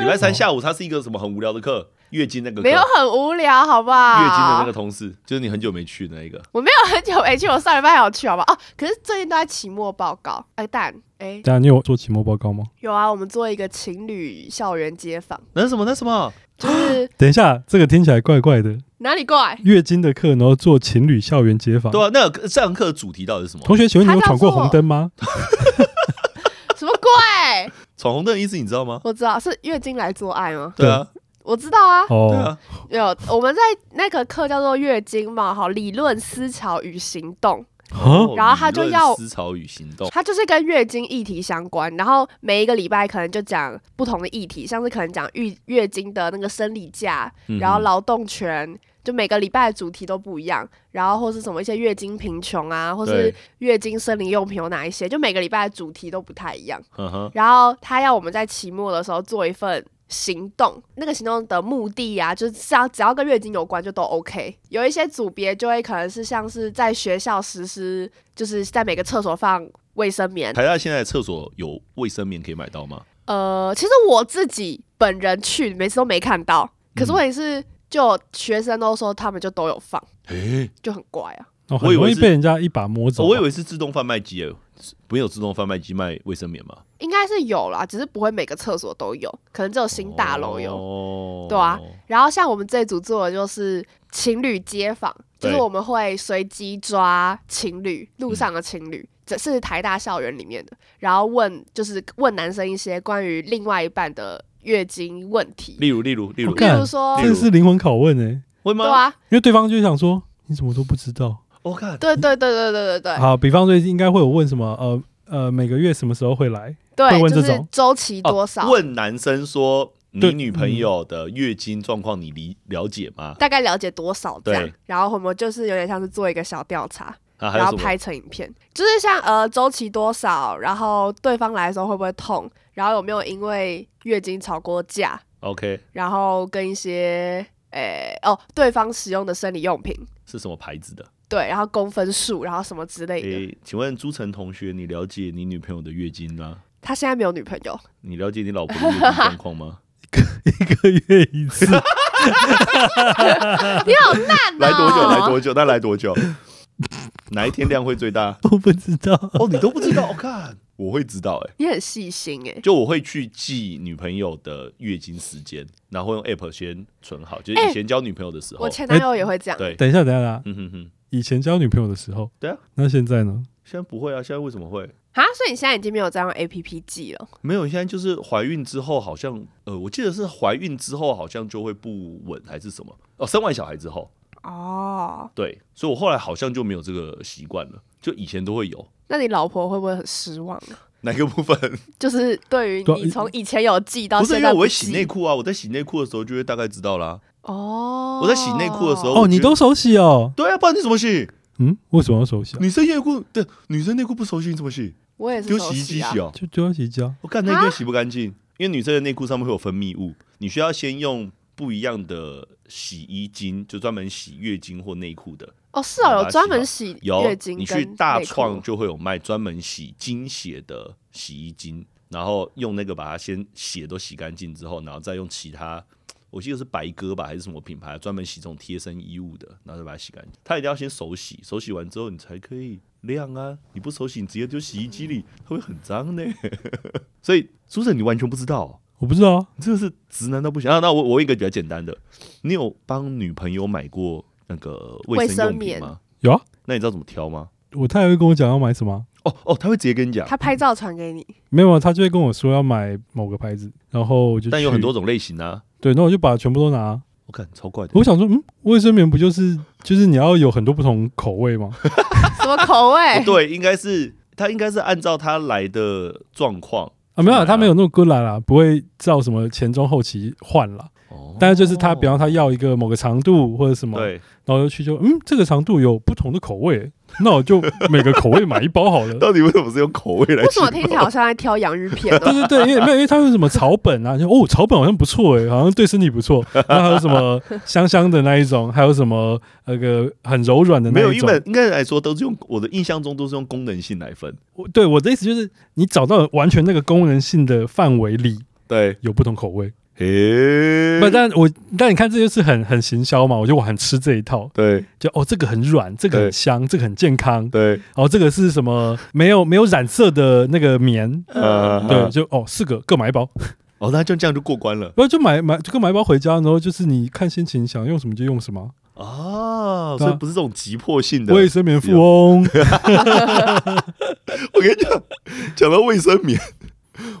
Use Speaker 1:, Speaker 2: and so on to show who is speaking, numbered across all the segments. Speaker 1: 礼拜三下午他是一个什么很无聊的课，月经那个课
Speaker 2: 没有啊很无聊，好不好？
Speaker 1: 月经的那个同事，就是你很久没去的那一个。
Speaker 2: 我没有很久哎没去，我上礼拜还有去，好不好？哦，可是最近都在期末报告。哎、蛋，哎、
Speaker 3: 这样你有做期末报告吗？
Speaker 2: 有啊，我们做一个情侣校园街访，
Speaker 1: 那什么那什么，
Speaker 2: 就是
Speaker 3: 等一下，这个听起来怪怪的，
Speaker 2: 哪里怪？
Speaker 3: 月经的课，然后做情侣校园街访。
Speaker 1: 对啊，那个上课的主题到底是什么？
Speaker 3: 同学，请问你有闯过红灯吗？
Speaker 2: 什么怪？
Speaker 1: 闯红灯的意思你知道吗？
Speaker 2: 我知道是月经来做爱吗？
Speaker 1: 对啊，
Speaker 2: 我知道啊，
Speaker 1: 对
Speaker 3: 哦，
Speaker 1: 啊，
Speaker 2: 有我们在那个课叫做月经嘛，好，理论思潮与行动。
Speaker 3: 啊，
Speaker 2: 然后他就
Speaker 1: 哦理论
Speaker 2: 要
Speaker 1: 思潮与行动。
Speaker 2: 它就是跟月经议题相关，然后每一个礼拜可能就讲不同的议题，像是可能讲月月经的那个生理假，
Speaker 1: 嗯
Speaker 2: 然后劳动权，就每个礼拜的主题都不一样，然后或是什么一些月经贫穷啊，或是
Speaker 1: 对
Speaker 2: 月经生理用品有哪一些，就每个礼拜的主题都不太一样。
Speaker 1: 嗯哼，
Speaker 2: 然后他要我们在期末的时候做一份行动，那个行动的目的啊，就是只要只要跟月经有关就都 OK。有一些组别就会可能是像是在学校实施，就是在每个厕所放卫生棉。
Speaker 1: 台大现在的厕所有卫生棉可以买到吗？
Speaker 2: 呃，其实我自己本人去每次都没看到，可是
Speaker 1: 嗯
Speaker 2: 问题是，就学生都说他们就都有放，
Speaker 1: 诶，
Speaker 2: 就很怪啊。
Speaker 3: 哦
Speaker 1: 我
Speaker 3: 很
Speaker 1: 以为
Speaker 3: 容易
Speaker 1: 是哦
Speaker 3: 被人家一把摸走。啊
Speaker 1: 我以为是自动贩卖机诶，没有自动贩卖机卖卫生棉吗？
Speaker 2: 应该是有啦，只是不会每个厕所都有，可能只有新大楼有。
Speaker 1: 哦
Speaker 2: 对啊然后像我们这组做的就是情侣街访，就
Speaker 1: 对
Speaker 2: 是我们会随机抓情侣路上的情侣，这是台大校园里面的，然后问就是问男生一些关于另外一半的月经问题，
Speaker 1: 例如例如例如
Speaker 3: 我，
Speaker 2: 例
Speaker 3: 看
Speaker 2: 如说，
Speaker 3: 这是灵魂拷问哎，
Speaker 1: 会吗？
Speaker 2: 对啊，
Speaker 3: 因为对方就想说你怎么都不知道。
Speaker 1: 我看
Speaker 2: 对对对对对对对
Speaker 3: 好，比方说应该会有问什么呃呃每个月什么时候 会来？会
Speaker 2: 对，
Speaker 3: 问
Speaker 2: 就
Speaker 3: 这
Speaker 2: 是
Speaker 3: 种
Speaker 2: 周期多少，
Speaker 1: 哦问男生说你
Speaker 3: 对
Speaker 1: 女朋友的月经状况你理
Speaker 2: 嗯
Speaker 1: 了解吗？
Speaker 2: 大概了解多少这样
Speaker 1: 对，
Speaker 2: 然后我们就是有点像是做一个小调查，
Speaker 1: 啊，还有
Speaker 2: 然
Speaker 1: 什
Speaker 2: 后
Speaker 1: 么？
Speaker 2: 拍成影片，就是像呃周期多少，然后对方来的时候会不会痛，然后有没有因为月经吵过架，
Speaker 1: OK，
Speaker 2: 然后跟一些诶、哦对方使用的生理用品，
Speaker 1: 是什么牌子的？
Speaker 2: 对，然后公分数，然后什么之类的。
Speaker 1: 诶，请问朱晨同学，你了解你女朋友的月经吗？
Speaker 2: 他现在没有女朋 友，
Speaker 1: 你了解你老婆的月经状况 吗？
Speaker 3: 一个月一次，
Speaker 2: 你好烂哦
Speaker 1: 来
Speaker 2: 呐、
Speaker 1: 多久？来多久？那来多久？ 哪一天量会最大？
Speaker 3: 我不知道。
Speaker 1: 哦，你都不知道？我看我会知道诶，
Speaker 2: 你很细心哎、
Speaker 1: 就我会去记女朋友的月经时间，然后用 App 先存好，就是
Speaker 2: 诶
Speaker 1: 以前交女朋友的时候
Speaker 2: 哎我，前男友也会这样，
Speaker 1: 哦对，
Speaker 3: 等一下，等一下，等一下。
Speaker 1: 嗯哼哼，
Speaker 3: 以前交女朋友的时候，
Speaker 1: 对啊，
Speaker 3: 那现在呢？
Speaker 1: 现在不会啊，现在为什么会？
Speaker 2: 啊，所以你现在已经没有在用 A P P 记了，
Speaker 1: 没有，现在就是怀孕之后，好像呃，我记得是怀孕之后好像就会不稳还是什么哦，生完小孩之后，
Speaker 2: 哦，
Speaker 1: 对，所以我后来好像就没有这个习惯了，就以前都会有
Speaker 2: 那你老婆会不会很失望啊？
Speaker 1: 哪个部分？
Speaker 2: 就是对于
Speaker 3: 对啊
Speaker 2: 你从以前有记到
Speaker 1: 不是
Speaker 2: 现
Speaker 1: 因
Speaker 2: 在
Speaker 1: 为我会
Speaker 2: 记
Speaker 1: 洗内裤啊，我在洗内裤的时候就会大概知道啦。
Speaker 2: 哦，
Speaker 1: 我在洗内裤的时候
Speaker 3: 哦，你都手洗哦？
Speaker 1: 对啊，不然你怎么洗？
Speaker 3: 嗯，为什么要手洗啊？
Speaker 1: 女生内裤对，女生内裤不熟悉你怎么洗？
Speaker 2: 我也是
Speaker 1: 丢
Speaker 2: 手
Speaker 1: 洗衣机
Speaker 2: 啊
Speaker 1: 洗哦。
Speaker 3: 就丢到洗衣机啊。
Speaker 1: 我看那一定洗不干净，因为女生的内裤上面会有分泌物，你需要先用不一样的洗衣精，就专门洗月经或内裤的。
Speaker 2: 哦，是哦，
Speaker 1: 把
Speaker 2: 有
Speaker 1: 它
Speaker 2: 专
Speaker 1: 洗
Speaker 2: 门
Speaker 1: 好
Speaker 2: 洗
Speaker 1: 有
Speaker 2: 月经
Speaker 1: 你
Speaker 2: 跟
Speaker 1: 去大
Speaker 2: 内裤
Speaker 1: 创就会有卖专门洗精血的洗衣精，然后用那个把它先血都洗干净之后，然后再用其他，我记得是白鸽吧还是什么品牌，专门洗这种贴身衣物的，然后再把它洗干净。它一定要先手洗，手洗完之后你才可以晾啊，你不手洗你直接丢洗衣机里，它会很脏呢。 所以苏晨，你完全不知道哦、
Speaker 3: 我不知道啊，
Speaker 1: 你真的是直男到不行啊！那我我问一个比较简单的，你有帮女朋友买过那个卫
Speaker 2: 卫
Speaker 1: 生
Speaker 2: 生
Speaker 1: 用品
Speaker 2: 棉
Speaker 1: 吗？
Speaker 3: 有啊。
Speaker 1: 那你知道怎么挑吗？
Speaker 3: 我太太会跟我讲要买什么啊，
Speaker 1: 哦哦，他会直接跟你讲，
Speaker 2: 他拍照传给你，
Speaker 3: 没有啊，她就会跟我说要买某个牌子，然后我就
Speaker 1: 但有
Speaker 3: 去
Speaker 1: 很多种类型啊。
Speaker 3: 对，那我就把全部都拿。
Speaker 1: 我看超怪的，哦
Speaker 3: 我想说，嗯，卫生棉不就是就是你要有很多不同口味吗？
Speaker 2: 什么口味
Speaker 1: 不？对，应该是他应该是按照他来的状况
Speaker 3: 啊，没有
Speaker 1: 是
Speaker 3: 啊，
Speaker 1: 啊
Speaker 3: 他没有那么good 啦啦，不会照什么前中后期换啦。
Speaker 1: 哦，
Speaker 3: 但是就是他，比方他要一个某个长度或者什么，
Speaker 1: 对，
Speaker 3: 然后就去就嗯，这个长度有不同的口味，那我就每个口味买一包好 了。
Speaker 1: 到底为什么是用口味来？
Speaker 2: 为什么听起来好像在挑洋芋片
Speaker 3: 对
Speaker 2: 呢？
Speaker 3: 对对，因为没有，因为它有什么草本啊，就哦，草本好像不错哎，好像对身体不错。 然后还有什么香香的那一种，还有什么那个很柔软的
Speaker 1: 没有，
Speaker 3: 那一
Speaker 1: 因
Speaker 3: 种
Speaker 1: 为。应该来说都是用我的印象中都是用功能性来分，
Speaker 3: 我对我的意思就是，你找到完全那个功能性的范围里
Speaker 1: 对，
Speaker 3: 有不同口味，
Speaker 1: 嘿，嗯
Speaker 3: 不，但我但你看，这就是很很行销嘛。我觉得我很吃这一套，
Speaker 1: 对
Speaker 3: 就哦，这个很软，这个
Speaker 1: 对
Speaker 3: 很香，这个很健康，
Speaker 1: 对，
Speaker 3: 然后这个是什么没有没有染色的那个棉，
Speaker 1: 呃，
Speaker 3: 对，就哦四个各买一包，
Speaker 1: 哦，那就这样就过关了
Speaker 3: 不就买买就各买一包回家，然后就是你看心情想用什么就用什么，
Speaker 1: 啊，
Speaker 3: 对啊
Speaker 1: 所以不是这种急迫性的。
Speaker 3: 卫生棉富翁，
Speaker 1: 我跟你讲，讲到卫生棉，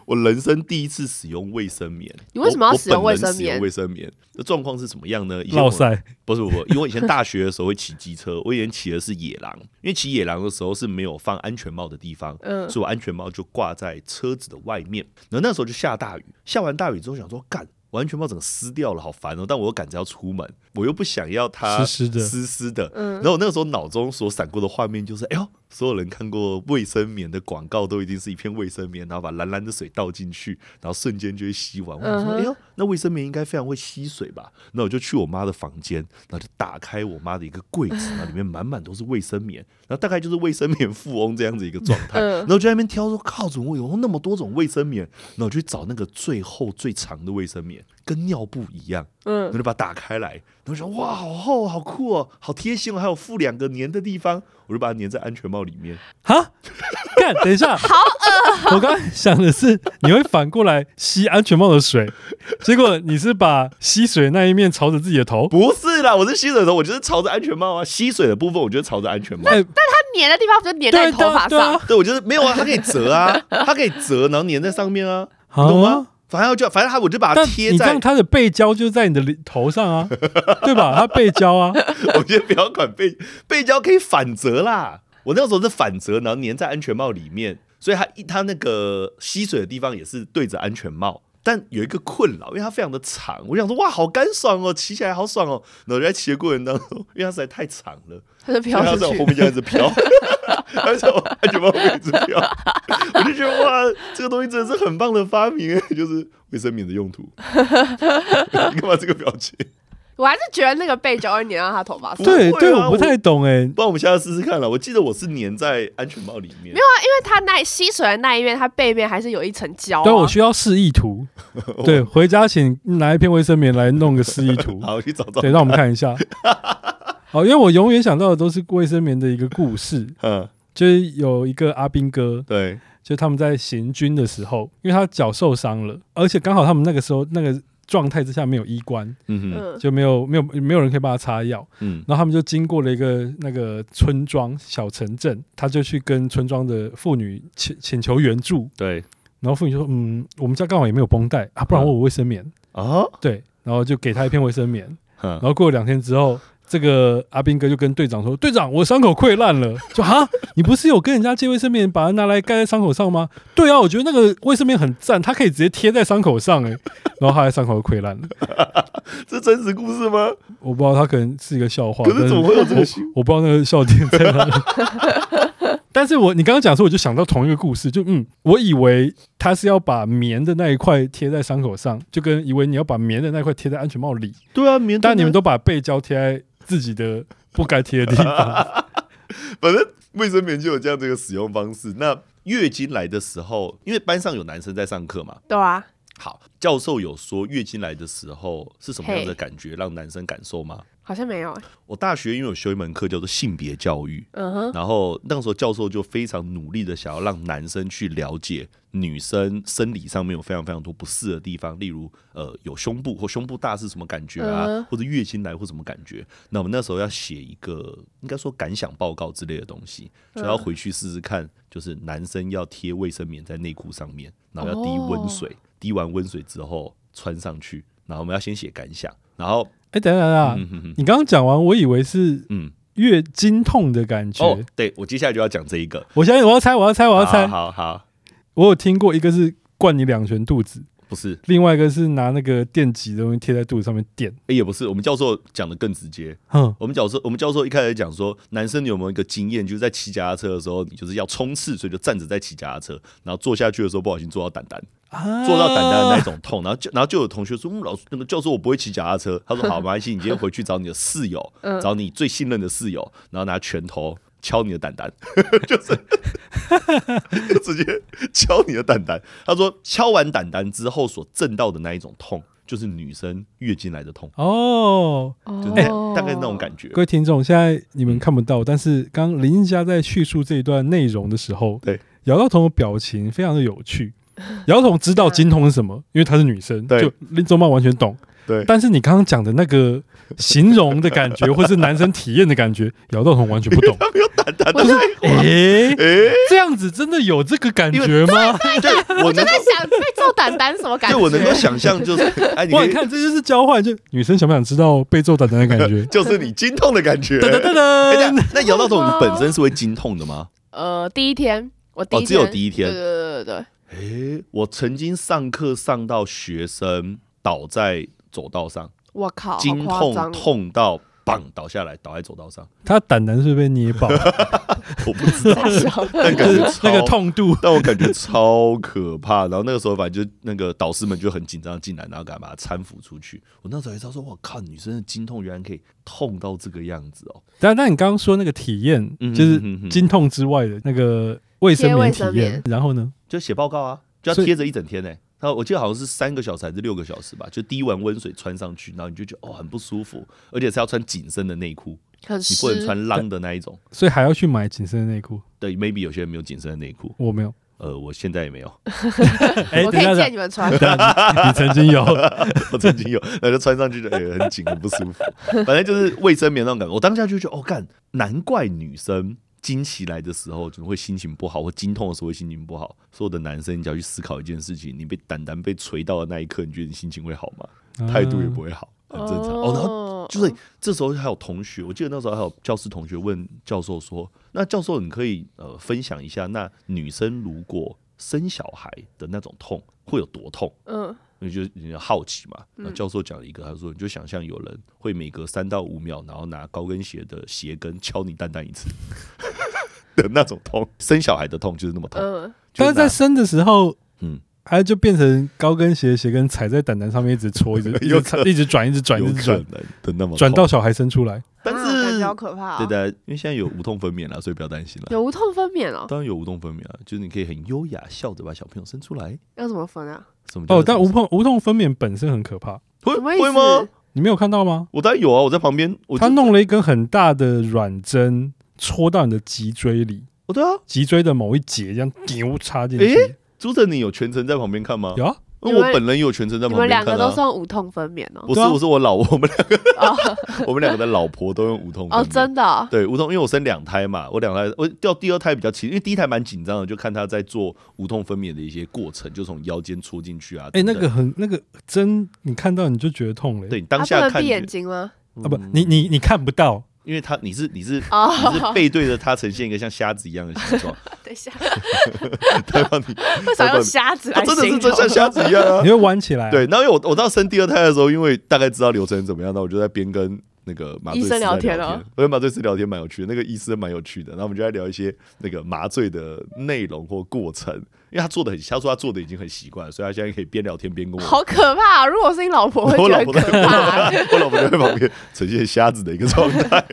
Speaker 1: 我人生第一次使用卫生棉。
Speaker 2: 你为什么要
Speaker 1: 我
Speaker 2: 使用
Speaker 1: 我本
Speaker 2: 卫
Speaker 1: 人
Speaker 2: 生
Speaker 1: 使用
Speaker 2: 棉
Speaker 1: 卫生棉的状况是什么样呢？ 以前
Speaker 3: 落
Speaker 1: 我
Speaker 3: 塞，
Speaker 1: 不是不是，因为我以前大学的时候会骑机车，我以前骑的是野狼，因为骑野狼的时候是没有放安全帽的地方，
Speaker 2: 嗯
Speaker 1: 所以我安全帽就挂在车子的外面。然后那时候就下大雨，下完大雨之后想说干。我安全帽整个撕掉了，好烦哦！但我又赶着要出门，我又不想要它
Speaker 3: 湿湿的
Speaker 1: 湿湿的。
Speaker 2: 嗯
Speaker 1: 然后我那个时候脑中所闪过的画面就是：哎呦，所有人看过卫生棉的广告，都一定是一片卫生棉，然后把蓝蓝的水倒进去，然后瞬间就会吸完。我想说：
Speaker 2: 嗯哼
Speaker 1: 哎呦，那卫生棉应该非常会吸水吧？那我就去我妈的房间，然后就打开我妈的一个柜子，那里面满满都是卫生棉，然后大概就是卫生棉富翁这样子一个状态。
Speaker 2: 嗯
Speaker 1: 然后就在那边挑说，靠，怎么有那么多种卫生棉？然后我去找那个最厚最长的卫生棉，跟尿布一样，然
Speaker 2: 嗯
Speaker 1: 后就把它打开来，然后想哇，好厚，好酷哦，好贴心哦，还有附两个粘的地方，我就把它粘在安全帽里面。
Speaker 3: 哈，干，等一 下，好恶！我刚刚想的是，你会反过来吸安全帽的水，结果你是把吸水那一面朝着自己的头。
Speaker 1: 不是啦，我是吸水的时候，我就是朝着安全帽啊，吸水的部分，我就是朝着安全帽。
Speaker 3: 哎，
Speaker 2: 它粘的地方不就粘在
Speaker 3: 对
Speaker 2: 你头发
Speaker 3: 对啊
Speaker 2: 上？
Speaker 1: 对，我就是没有啊，它可以折啊，它可以折，然后粘在上面啊，你
Speaker 3: 啊
Speaker 1: 懂吗？反正就反正它，我就把它
Speaker 3: 但
Speaker 1: 贴
Speaker 3: 你这
Speaker 1: 在
Speaker 3: 样，，它的背胶就在你的脸头 上啊，对吧？它背胶啊，
Speaker 1: 我觉得不要管背背胶可以反折啦。我那时候是反折，然后粘在安全帽里面，所以它一它那个吸水的地方也是对着安全帽。但有一个困扰，因为它非常的长，我想说哇，好干爽哦，骑起来好爽哦。然后我就在骑的过程当中，因为它实在太长了，
Speaker 2: 它就
Speaker 1: 所以
Speaker 2: 飘
Speaker 1: 它
Speaker 2: 出
Speaker 1: 在我
Speaker 2: 去
Speaker 1: 后。面这样子飘， 它在我安全帽后面一直飘。我就觉得哇，这个东西真的是很棒的发明，就是卫生棉的用途。 你干嘛这个表情？
Speaker 2: 我还是觉得那个背胶会粘到他头发上，因
Speaker 3: 对
Speaker 1: 不会啊
Speaker 3: 对，我不太懂哎，
Speaker 1: 不然我们下次试试看了。我记得我是粘在安全帽里面，没，
Speaker 2: 为它那吸水的那一面，它背面还是有一层胶、啊。
Speaker 3: 但我需要示意图。对，回家请拿一片卫生棉来弄个示意图
Speaker 1: 好，我去找找。
Speaker 3: 对，让我们看一下。好，因为我永远想到的都是卫生棉的一个故事，
Speaker 1: 嗯，
Speaker 3: 就是有一个阿兵哥，
Speaker 1: 对，
Speaker 3: 就他们在行军的时候，因为他脚受伤了，而且刚好他们那个时候那个状态之下没有医官，
Speaker 1: 嗯哼，
Speaker 2: 嗯
Speaker 3: 就没有没有没有人可以帮他擦药，
Speaker 1: 嗯，
Speaker 3: 然后他们就经过了一个那个村庄小城镇，他就去跟村庄的妇女请请求援助，
Speaker 1: 对
Speaker 3: 然后妇女就说：“嗯，我们家刚好也没有绷带啊，不然我有卫生棉。
Speaker 1: 啊，
Speaker 3: 对，然后就给他一片卫生棉，然
Speaker 1: 嗯
Speaker 3: 后过了两天之后。这个阿兵哥就跟队长说：“队长，我伤口溃烂了。”就哈，你不是有跟人家借卫生棉，把它拿来盖在伤口上吗？对啊，我觉得那个卫生棉很赞，它可以直接贴在伤口上哎、然后他的伤口就溃烂了。
Speaker 1: 这真实故事吗？
Speaker 3: 我不知道他可能是一个笑话，
Speaker 1: 可
Speaker 3: 但
Speaker 1: 是怎么会有这个
Speaker 3: 我
Speaker 1: 新
Speaker 3: 我不知道那个笑点在哪里。 但是我你刚刚讲的时候，我就想到同一个故事，就嗯，我以为他是要把棉的那一块贴在伤口上，就跟以为你要把棉的那一块贴在安全帽里，
Speaker 1: 对啊，棉
Speaker 3: 但你们
Speaker 1: 都
Speaker 3: 都把背胶贴在自己的不该贴的地方。
Speaker 1: 反正卫生棉就有这样的一个使用方式。那月经来的时候，因为班上有男生在上课嘛，
Speaker 2: 对啊，
Speaker 1: 好，教授有说月经来的时候是什么样的感觉，让男生感受吗？
Speaker 2: 好像没有、欸。
Speaker 1: 我大学因为有修一门课叫做性别教育，
Speaker 2: 嗯哼，
Speaker 1: 然后那个时候教授就非常努力的想要让男生去了解女生生理上面有非常非常多不适的地方，例如呃有胸部或胸部大是什么感觉啊，
Speaker 2: 嗯
Speaker 1: 或者月经来或什么感觉。那我们那时候要写一个应该说感想报告之类的东西，所以要回去试试看，就是男生要贴卫生棉在内裤上面，然后要滴温水，滴完温水之后穿上去，然后我们要先写感想，然后
Speaker 3: 哎、等一下等等，
Speaker 1: 嗯哼哼
Speaker 3: 你刚刚讲完，我以为是
Speaker 1: 嗯
Speaker 3: 月经痛的感觉。
Speaker 1: 哦，对我接下来就要讲这一个，
Speaker 3: 我相信我要猜，我要猜，我要猜。
Speaker 1: 好好好，
Speaker 3: 我有听过一个是灌你两拳肚子，
Speaker 1: 不是。
Speaker 3: 另外一个是拿那个电极的东西贴在肚子上面电。
Speaker 1: 欸也不是，我们教授讲的更直接。
Speaker 3: 哼，
Speaker 1: 我们教授，我们教授一开始讲说，男生你有没有一个经验，就是在骑脚踏车的时候，你就是要冲刺，所以就站着在骑脚踏车，然后坐下去的时候不小心坐到蛋蛋，
Speaker 3: 啊嗯
Speaker 1: 坐到蛋蛋的那一种痛，然后就然后就有同学说，嗯，老师那个教授我不会骑脚踏车，他说好，没关系，你今天回去找你的室友，
Speaker 2: 嗯
Speaker 1: 找你最信任的室友，然后拿拳头。敲你的蛋 蛋，就是就直接敲你的蛋蛋。他说，敲完蛋蛋之后所震到的那一种痛，就是女生月经来的痛，
Speaker 3: 哦，
Speaker 1: 就是
Speaker 2: 哦
Speaker 1: 那哎大概是那种感觉。
Speaker 3: 各位听众，现在你们看不
Speaker 1: 嗯
Speaker 3: 到，但是刚林家在叙述这一段内容的时候，
Speaker 1: 对
Speaker 3: 姚道彤的表情非常的有趣。姚道彤知道精通是什么，因为她是女生，
Speaker 1: 对
Speaker 3: 就林宗茂完全懂。
Speaker 1: 对
Speaker 3: 但是你刚刚讲的那个形容的感觉，或是男生体验的感觉，姚道彤完全 不懂。
Speaker 1: 他没有胆胆
Speaker 2: 我
Speaker 1: 的，
Speaker 2: 就
Speaker 3: 诶、
Speaker 1: 诶，
Speaker 3: 这样子真的有这个感
Speaker 1: 因
Speaker 3: 觉吗？
Speaker 1: 对我
Speaker 2: 我就
Speaker 1: 能
Speaker 2: 在想被揍胆胆什么感
Speaker 1: 对
Speaker 2: 觉？
Speaker 1: 我能够想象， 就是哎，你
Speaker 3: 哇，
Speaker 1: 可以？
Speaker 3: 你看这就是交换，就女生想不想知道被揍打的那感觉
Speaker 1: 就是你经痛的感 觉。
Speaker 3: 噔噔噔
Speaker 1: 哎 等一
Speaker 3: 噔！
Speaker 1: 下那姚道总
Speaker 2: 哦
Speaker 1: 你本身是会经痛的吗？
Speaker 2: 呃，第一天我第一
Speaker 1: 哦只有第一天
Speaker 2: 对对对对对，
Speaker 1: 诶，我曾经上课上到学生倒在走道上，
Speaker 2: 我靠，
Speaker 1: 经
Speaker 2: 好夸张
Speaker 1: 痛
Speaker 2: 哦
Speaker 1: 痛到棒倒下来，倒在走道上，
Speaker 3: 他胆囊是不是被捏 爆？
Speaker 1: 我不知道，
Speaker 2: 大小，
Speaker 1: 但感
Speaker 3: 就是
Speaker 1: 觉超
Speaker 3: 那个痛度。
Speaker 1: 但我感觉超可怕。然后那个时候，反正就那个导师们就很紧张地进来，然后赶快把他搀扶出去。我那时候才知道说，我靠，女生的经痛原来可以痛到这个样子哦。
Speaker 3: 但但你刚刚说那个体验，
Speaker 1: 嗯
Speaker 3: 就是
Speaker 1: 嗯嗯嗯
Speaker 3: 经痛之外的那个卫生棉体
Speaker 2: 贴卫生
Speaker 3: 验
Speaker 2: 棉，
Speaker 3: 然后呢？
Speaker 1: 就写报告啊，就
Speaker 3: 所
Speaker 1: 要
Speaker 3: 以
Speaker 1: 贴着一整天呢、他我记得好像是三个小时还是六个小时吧，就滴完温水穿上去，然后你就觉得哦很不舒服，而且是要穿紧身的内裤，
Speaker 2: 很
Speaker 1: 你不能
Speaker 2: 湿。
Speaker 1: 穿浪的那一种。
Speaker 3: 所以还要去买紧身的内裤？
Speaker 1: 对，maybe 有些人没有紧身的内裤，
Speaker 3: 我没 有。
Speaker 1: 呃，我现在也没有，
Speaker 3: 哎、
Speaker 2: 我
Speaker 3: 等
Speaker 2: 可
Speaker 3: 一下，等
Speaker 2: 以借
Speaker 3: 一，
Speaker 2: 你们穿
Speaker 3: 下，你你 曾经有
Speaker 1: 我曾经有，那就穿上去就哎、很紧，很不舒服。反正就是卫生棉那种感觉。我当下就觉得，哦，干，难怪女生经期来的时候就会心情不好，或经痛的时候会心情不好。所有的男生，你只要去思考一件事情，你被胆胆被锤到的那一刻，你觉得你心情会好吗？ 态度也不
Speaker 3: 啊
Speaker 1: 会好，很正常。哦，然后就是这时候还有同学，我记得那时候还有教室同学问教授说：“那教授，你可以呃分享一下，那女生如果生小孩的那种痛会有多痛？”
Speaker 2: 嗯，
Speaker 1: 你就你就好奇嘛。那教授讲了一个，他说：“你就想象有人会每隔三到五秒，然后拿高跟鞋的鞋跟敲你蛋蛋一 次的那种痛，生小孩的痛就是那么痛。
Speaker 2: 嗯，
Speaker 3: 但是在
Speaker 1: 就
Speaker 3: 生的时候，
Speaker 1: 嗯
Speaker 3: 嗯。它就变成高跟鞋，鞋跟踩在胆囊上面，一直戳，一直一
Speaker 1: 有
Speaker 3: 直
Speaker 1: 可
Speaker 3: 踩一直转，一直
Speaker 1: 拿
Speaker 3: 转，一
Speaker 1: 有
Speaker 3: 直
Speaker 1: 可
Speaker 3: 转
Speaker 1: 能，的那么痛
Speaker 3: 转到，小孩生出来。
Speaker 1: 但
Speaker 2: 啊
Speaker 1: 是
Speaker 2: 感觉好可怕哦。
Speaker 1: 对的，因为现在有无痛分娩了，所以不要担心了。
Speaker 2: 有无痛分娩哦？
Speaker 1: 当然有无痛分娩啊，就是你可以很优雅笑着把小朋友生出来。
Speaker 2: 要怎么分啊？
Speaker 1: 什么叫
Speaker 3: 哦，但无
Speaker 1: 会
Speaker 3: 痛无痛分娩本身很可怕，
Speaker 2: 什么意
Speaker 1: 会
Speaker 2: 思？
Speaker 1: 吗？
Speaker 3: 你没有看到吗？
Speaker 1: 我当然有啊，我在旁边，我
Speaker 3: 他
Speaker 1: 就
Speaker 3: 弄了一根很大的软针戳到你的脊椎里，
Speaker 1: 哦对啊，
Speaker 3: 脊椎的某一节这样丢插进去。
Speaker 1: 诶朱晨，你有全程在旁边看吗？
Speaker 3: 有啊，
Speaker 1: 因
Speaker 2: 你
Speaker 1: 为
Speaker 2: 们
Speaker 1: 我本人也有全程在
Speaker 2: 你
Speaker 1: 旁
Speaker 2: 们
Speaker 1: 边
Speaker 2: 两个
Speaker 1: 看
Speaker 2: 都是
Speaker 1: 啊。
Speaker 2: 用无痛分娩哦？
Speaker 1: 不是，
Speaker 3: 对啊
Speaker 1: 我是我老，我们两
Speaker 2: 哦
Speaker 1: 个， 我们两个的老婆都用无痛分
Speaker 2: 哦，
Speaker 1: 娩
Speaker 2: 真的哦
Speaker 1: 对无痛，因为我生两胎嘛，我两胎我掉第二胎比较轻，因为第一胎蛮紧张的，就看她在做无痛分娩的一些过程，就从腰间戳进去啊。
Speaker 3: 哎、
Speaker 1: 等
Speaker 3: 那
Speaker 1: 等
Speaker 3: 个很那个针，你看到你就觉得痛了、
Speaker 1: 对你
Speaker 2: 啊
Speaker 1: 当
Speaker 2: 不
Speaker 1: 下
Speaker 2: 能
Speaker 1: 看
Speaker 2: 闭
Speaker 1: 你
Speaker 2: 眼睛吗？
Speaker 3: 啊，不，你你你看不 到，
Speaker 1: 因为他你是你是
Speaker 2: 哦，
Speaker 1: 你是背对着他，呈现一个像瞎子一样的形 状，
Speaker 2: 等一下，
Speaker 1: 他让你
Speaker 2: 为啥用瞎子来
Speaker 1: 他真的是
Speaker 2: 形
Speaker 1: 真像
Speaker 2: 容？
Speaker 1: 瞎子一样啊
Speaker 3: 你。会弯起来、，
Speaker 1: 对，然后因为我我到生第二胎的时候，因为大概知道流程怎么样，那我就在边跟那个麻醉师
Speaker 2: 医生聊
Speaker 1: 在
Speaker 2: 天
Speaker 1: 天
Speaker 2: 哦
Speaker 1: 我跟麻醉师聊天蛮有趣的，那个医生蛮有趣的，然后我们就在聊一些那个麻醉的内容或过程，因为他做的很，他说他做的已经很习惯了，所以他现在可以边聊天边跟我。
Speaker 2: 好可怕啊！如果是你老婆，会
Speaker 1: 我
Speaker 2: 觉得
Speaker 1: 老
Speaker 2: 很
Speaker 1: 婆在
Speaker 2: 可怕。
Speaker 1: 我老婆就在旁边呈现瞎子的一个状态，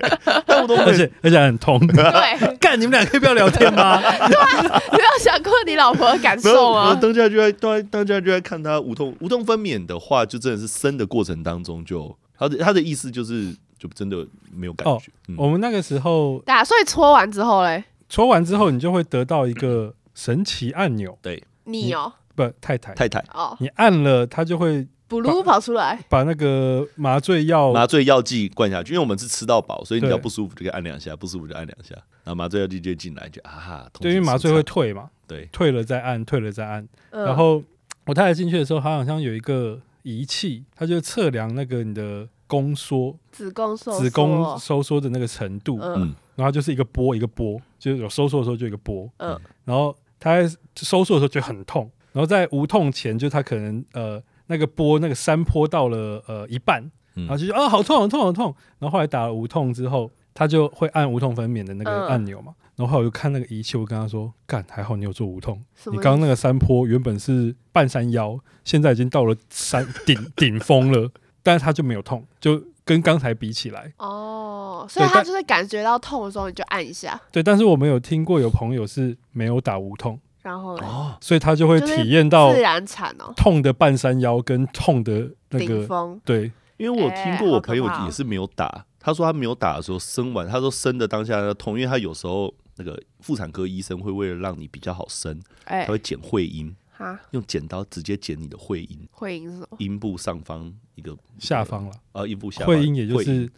Speaker 1: 但我都
Speaker 3: 而
Speaker 1: 没
Speaker 3: 且而且 很痛。
Speaker 2: 对，
Speaker 3: 干，你们俩可以不要聊天吗？
Speaker 2: 你有想过你老婆的感
Speaker 1: 没有，
Speaker 2: 受
Speaker 1: 我
Speaker 3: 啊
Speaker 2: 吗？
Speaker 1: 当下就在当当下就在看他无痛无痛分娩的话，就真的是生的过程当中就他的他的意思就是就真的没有感
Speaker 3: 哦
Speaker 1: 觉，嗯
Speaker 3: 我们那个时候
Speaker 2: 对啊，所以搓完之后嘞，
Speaker 3: 戳完之后，你就会得到一个神奇按钮，
Speaker 2: 你哦，
Speaker 3: 不，太太，
Speaker 1: 太太
Speaker 2: 哦，
Speaker 3: 你按了，它就会
Speaker 2: 补噜跑出来，
Speaker 3: 嗯把那个麻醉药
Speaker 1: 麻醉药剂灌下去，因为我们是吃到饱，所以你
Speaker 3: 对
Speaker 1: 只要不舒服就可以按两下，不舒服就按两下，然后麻醉药剂就进来就啊，痛
Speaker 3: 对，因为
Speaker 1: 经
Speaker 3: 麻醉
Speaker 1: 舒
Speaker 3: 会
Speaker 1: 畅
Speaker 3: 退嘛，
Speaker 1: 对
Speaker 3: 退了再按，退了再按。
Speaker 2: 嗯
Speaker 3: 然后我太太进去的时候，她好像有一个仪器，它就测量那个你的宫缩、
Speaker 2: 子宫收缩
Speaker 3: 子宫收缩的那个程度，
Speaker 2: 嗯
Speaker 3: 然后它就是一个波一个波，就是有收缩的时候就一个波，
Speaker 2: 嗯
Speaker 3: 然后它在收缩的时候就很痛，然后在无痛前就它可能呃那个波那个山坡到了呃一半，
Speaker 1: 嗯
Speaker 3: 然后就觉得啊好痛好痛好痛，然后后来打了无痛之后，它就会按无痛分娩的那个
Speaker 2: 嗯
Speaker 3: 按钮嘛，然后后来我就看那个仪器，我跟他说干还好你有做无痛。
Speaker 2: 什
Speaker 3: 你
Speaker 2: 么意思？
Speaker 3: 刚刚那个山坡原本是半山腰，现在已经到了山顶顶峰了，但是它就没有痛，就跟刚才比起来，
Speaker 2: 哦，所以
Speaker 3: 对
Speaker 2: 他
Speaker 3: 但
Speaker 2: 就是感觉到痛的时候你就按一下，
Speaker 3: 对。但是我们有听过有朋友是没有打无痛，
Speaker 2: 然后嘞
Speaker 1: 哦，
Speaker 3: 所以他就会
Speaker 2: 就是
Speaker 3: 体验到
Speaker 2: 自然产哦，
Speaker 3: 痛的半山腰跟痛的那
Speaker 2: 顶
Speaker 3: 个
Speaker 2: 峰，
Speaker 3: 对，
Speaker 1: 因为我有听过
Speaker 2: 哎
Speaker 1: 我
Speaker 2: 好可
Speaker 1: 朋友
Speaker 2: 怕哦
Speaker 1: 也是没有打，他说他没有打的时候生完，他说生的当下他痛，因为他有时候那个妇产科医生会为了让你比较好生，
Speaker 2: 哎
Speaker 1: 他会剪会阴，
Speaker 2: 哈，
Speaker 1: 用剪刀直接剪你的会阴，
Speaker 2: 会赢是什么？
Speaker 1: 阴部上方一个
Speaker 3: 下方了，
Speaker 1: 呃阴部下方
Speaker 3: 会阴也就
Speaker 1: 会
Speaker 3: 是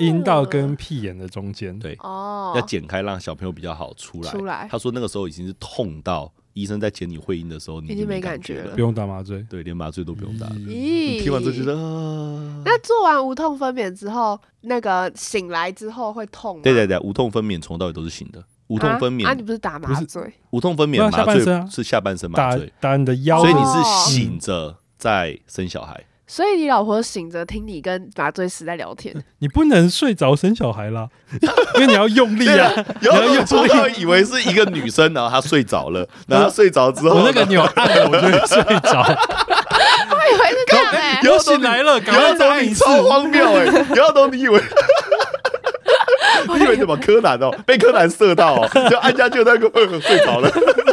Speaker 3: 阴道跟屁眼的中间，
Speaker 1: 对
Speaker 2: 哦，
Speaker 1: 要剪开让小朋友比较好出来。
Speaker 2: 出来
Speaker 1: 他说那个时候已经是痛到医生在剪你会阴的时候，你
Speaker 2: 已
Speaker 1: 已
Speaker 2: 经
Speaker 1: 经
Speaker 2: 没
Speaker 1: 没
Speaker 2: 感
Speaker 1: 感觉
Speaker 2: 觉
Speaker 1: 了
Speaker 2: 了
Speaker 3: 不，用打麻醉，嗯
Speaker 1: 对，连麻醉都不用打了。
Speaker 2: 咦，
Speaker 1: 你听完之后觉得啊，
Speaker 2: 那做完无痛分娩之后，那个醒来之后会痛吗？
Speaker 1: 对对对，无痛分娩从头到尾都是醒的。无痛分娩，
Speaker 2: 哦啊啊，你不是打麻
Speaker 3: 不是
Speaker 2: 醉？
Speaker 1: 无痛分
Speaker 3: 没
Speaker 1: 娩
Speaker 3: 有下
Speaker 1: 麻
Speaker 3: 半身啊
Speaker 1: 醉是下半身麻
Speaker 3: 打
Speaker 1: 醉，
Speaker 3: 打你的腰啊
Speaker 1: 所以
Speaker 3: 部，
Speaker 1: 你
Speaker 2: 哦
Speaker 1: 是醒着在生小 孩。
Speaker 2: 所以你老婆醒着听你跟麻醉师在聊天，
Speaker 3: 你不能睡着生小孩啦，因为你要用力啊。
Speaker 1: 然后 有时候以为是一个女生，然后她睡着了，然后她睡着之后
Speaker 3: 我
Speaker 1: 呢，
Speaker 3: 那个钮按了，我就会睡着。
Speaker 2: 我以为是这样哎、
Speaker 1: 有
Speaker 3: 我醒来了，赶快找
Speaker 1: 你
Speaker 3: 你治。
Speaker 1: 超荒谬 哎、欸！姚东，你以 为你以为什么柯南哦、被柯南射到哦、就按下去那个、呃、睡着了，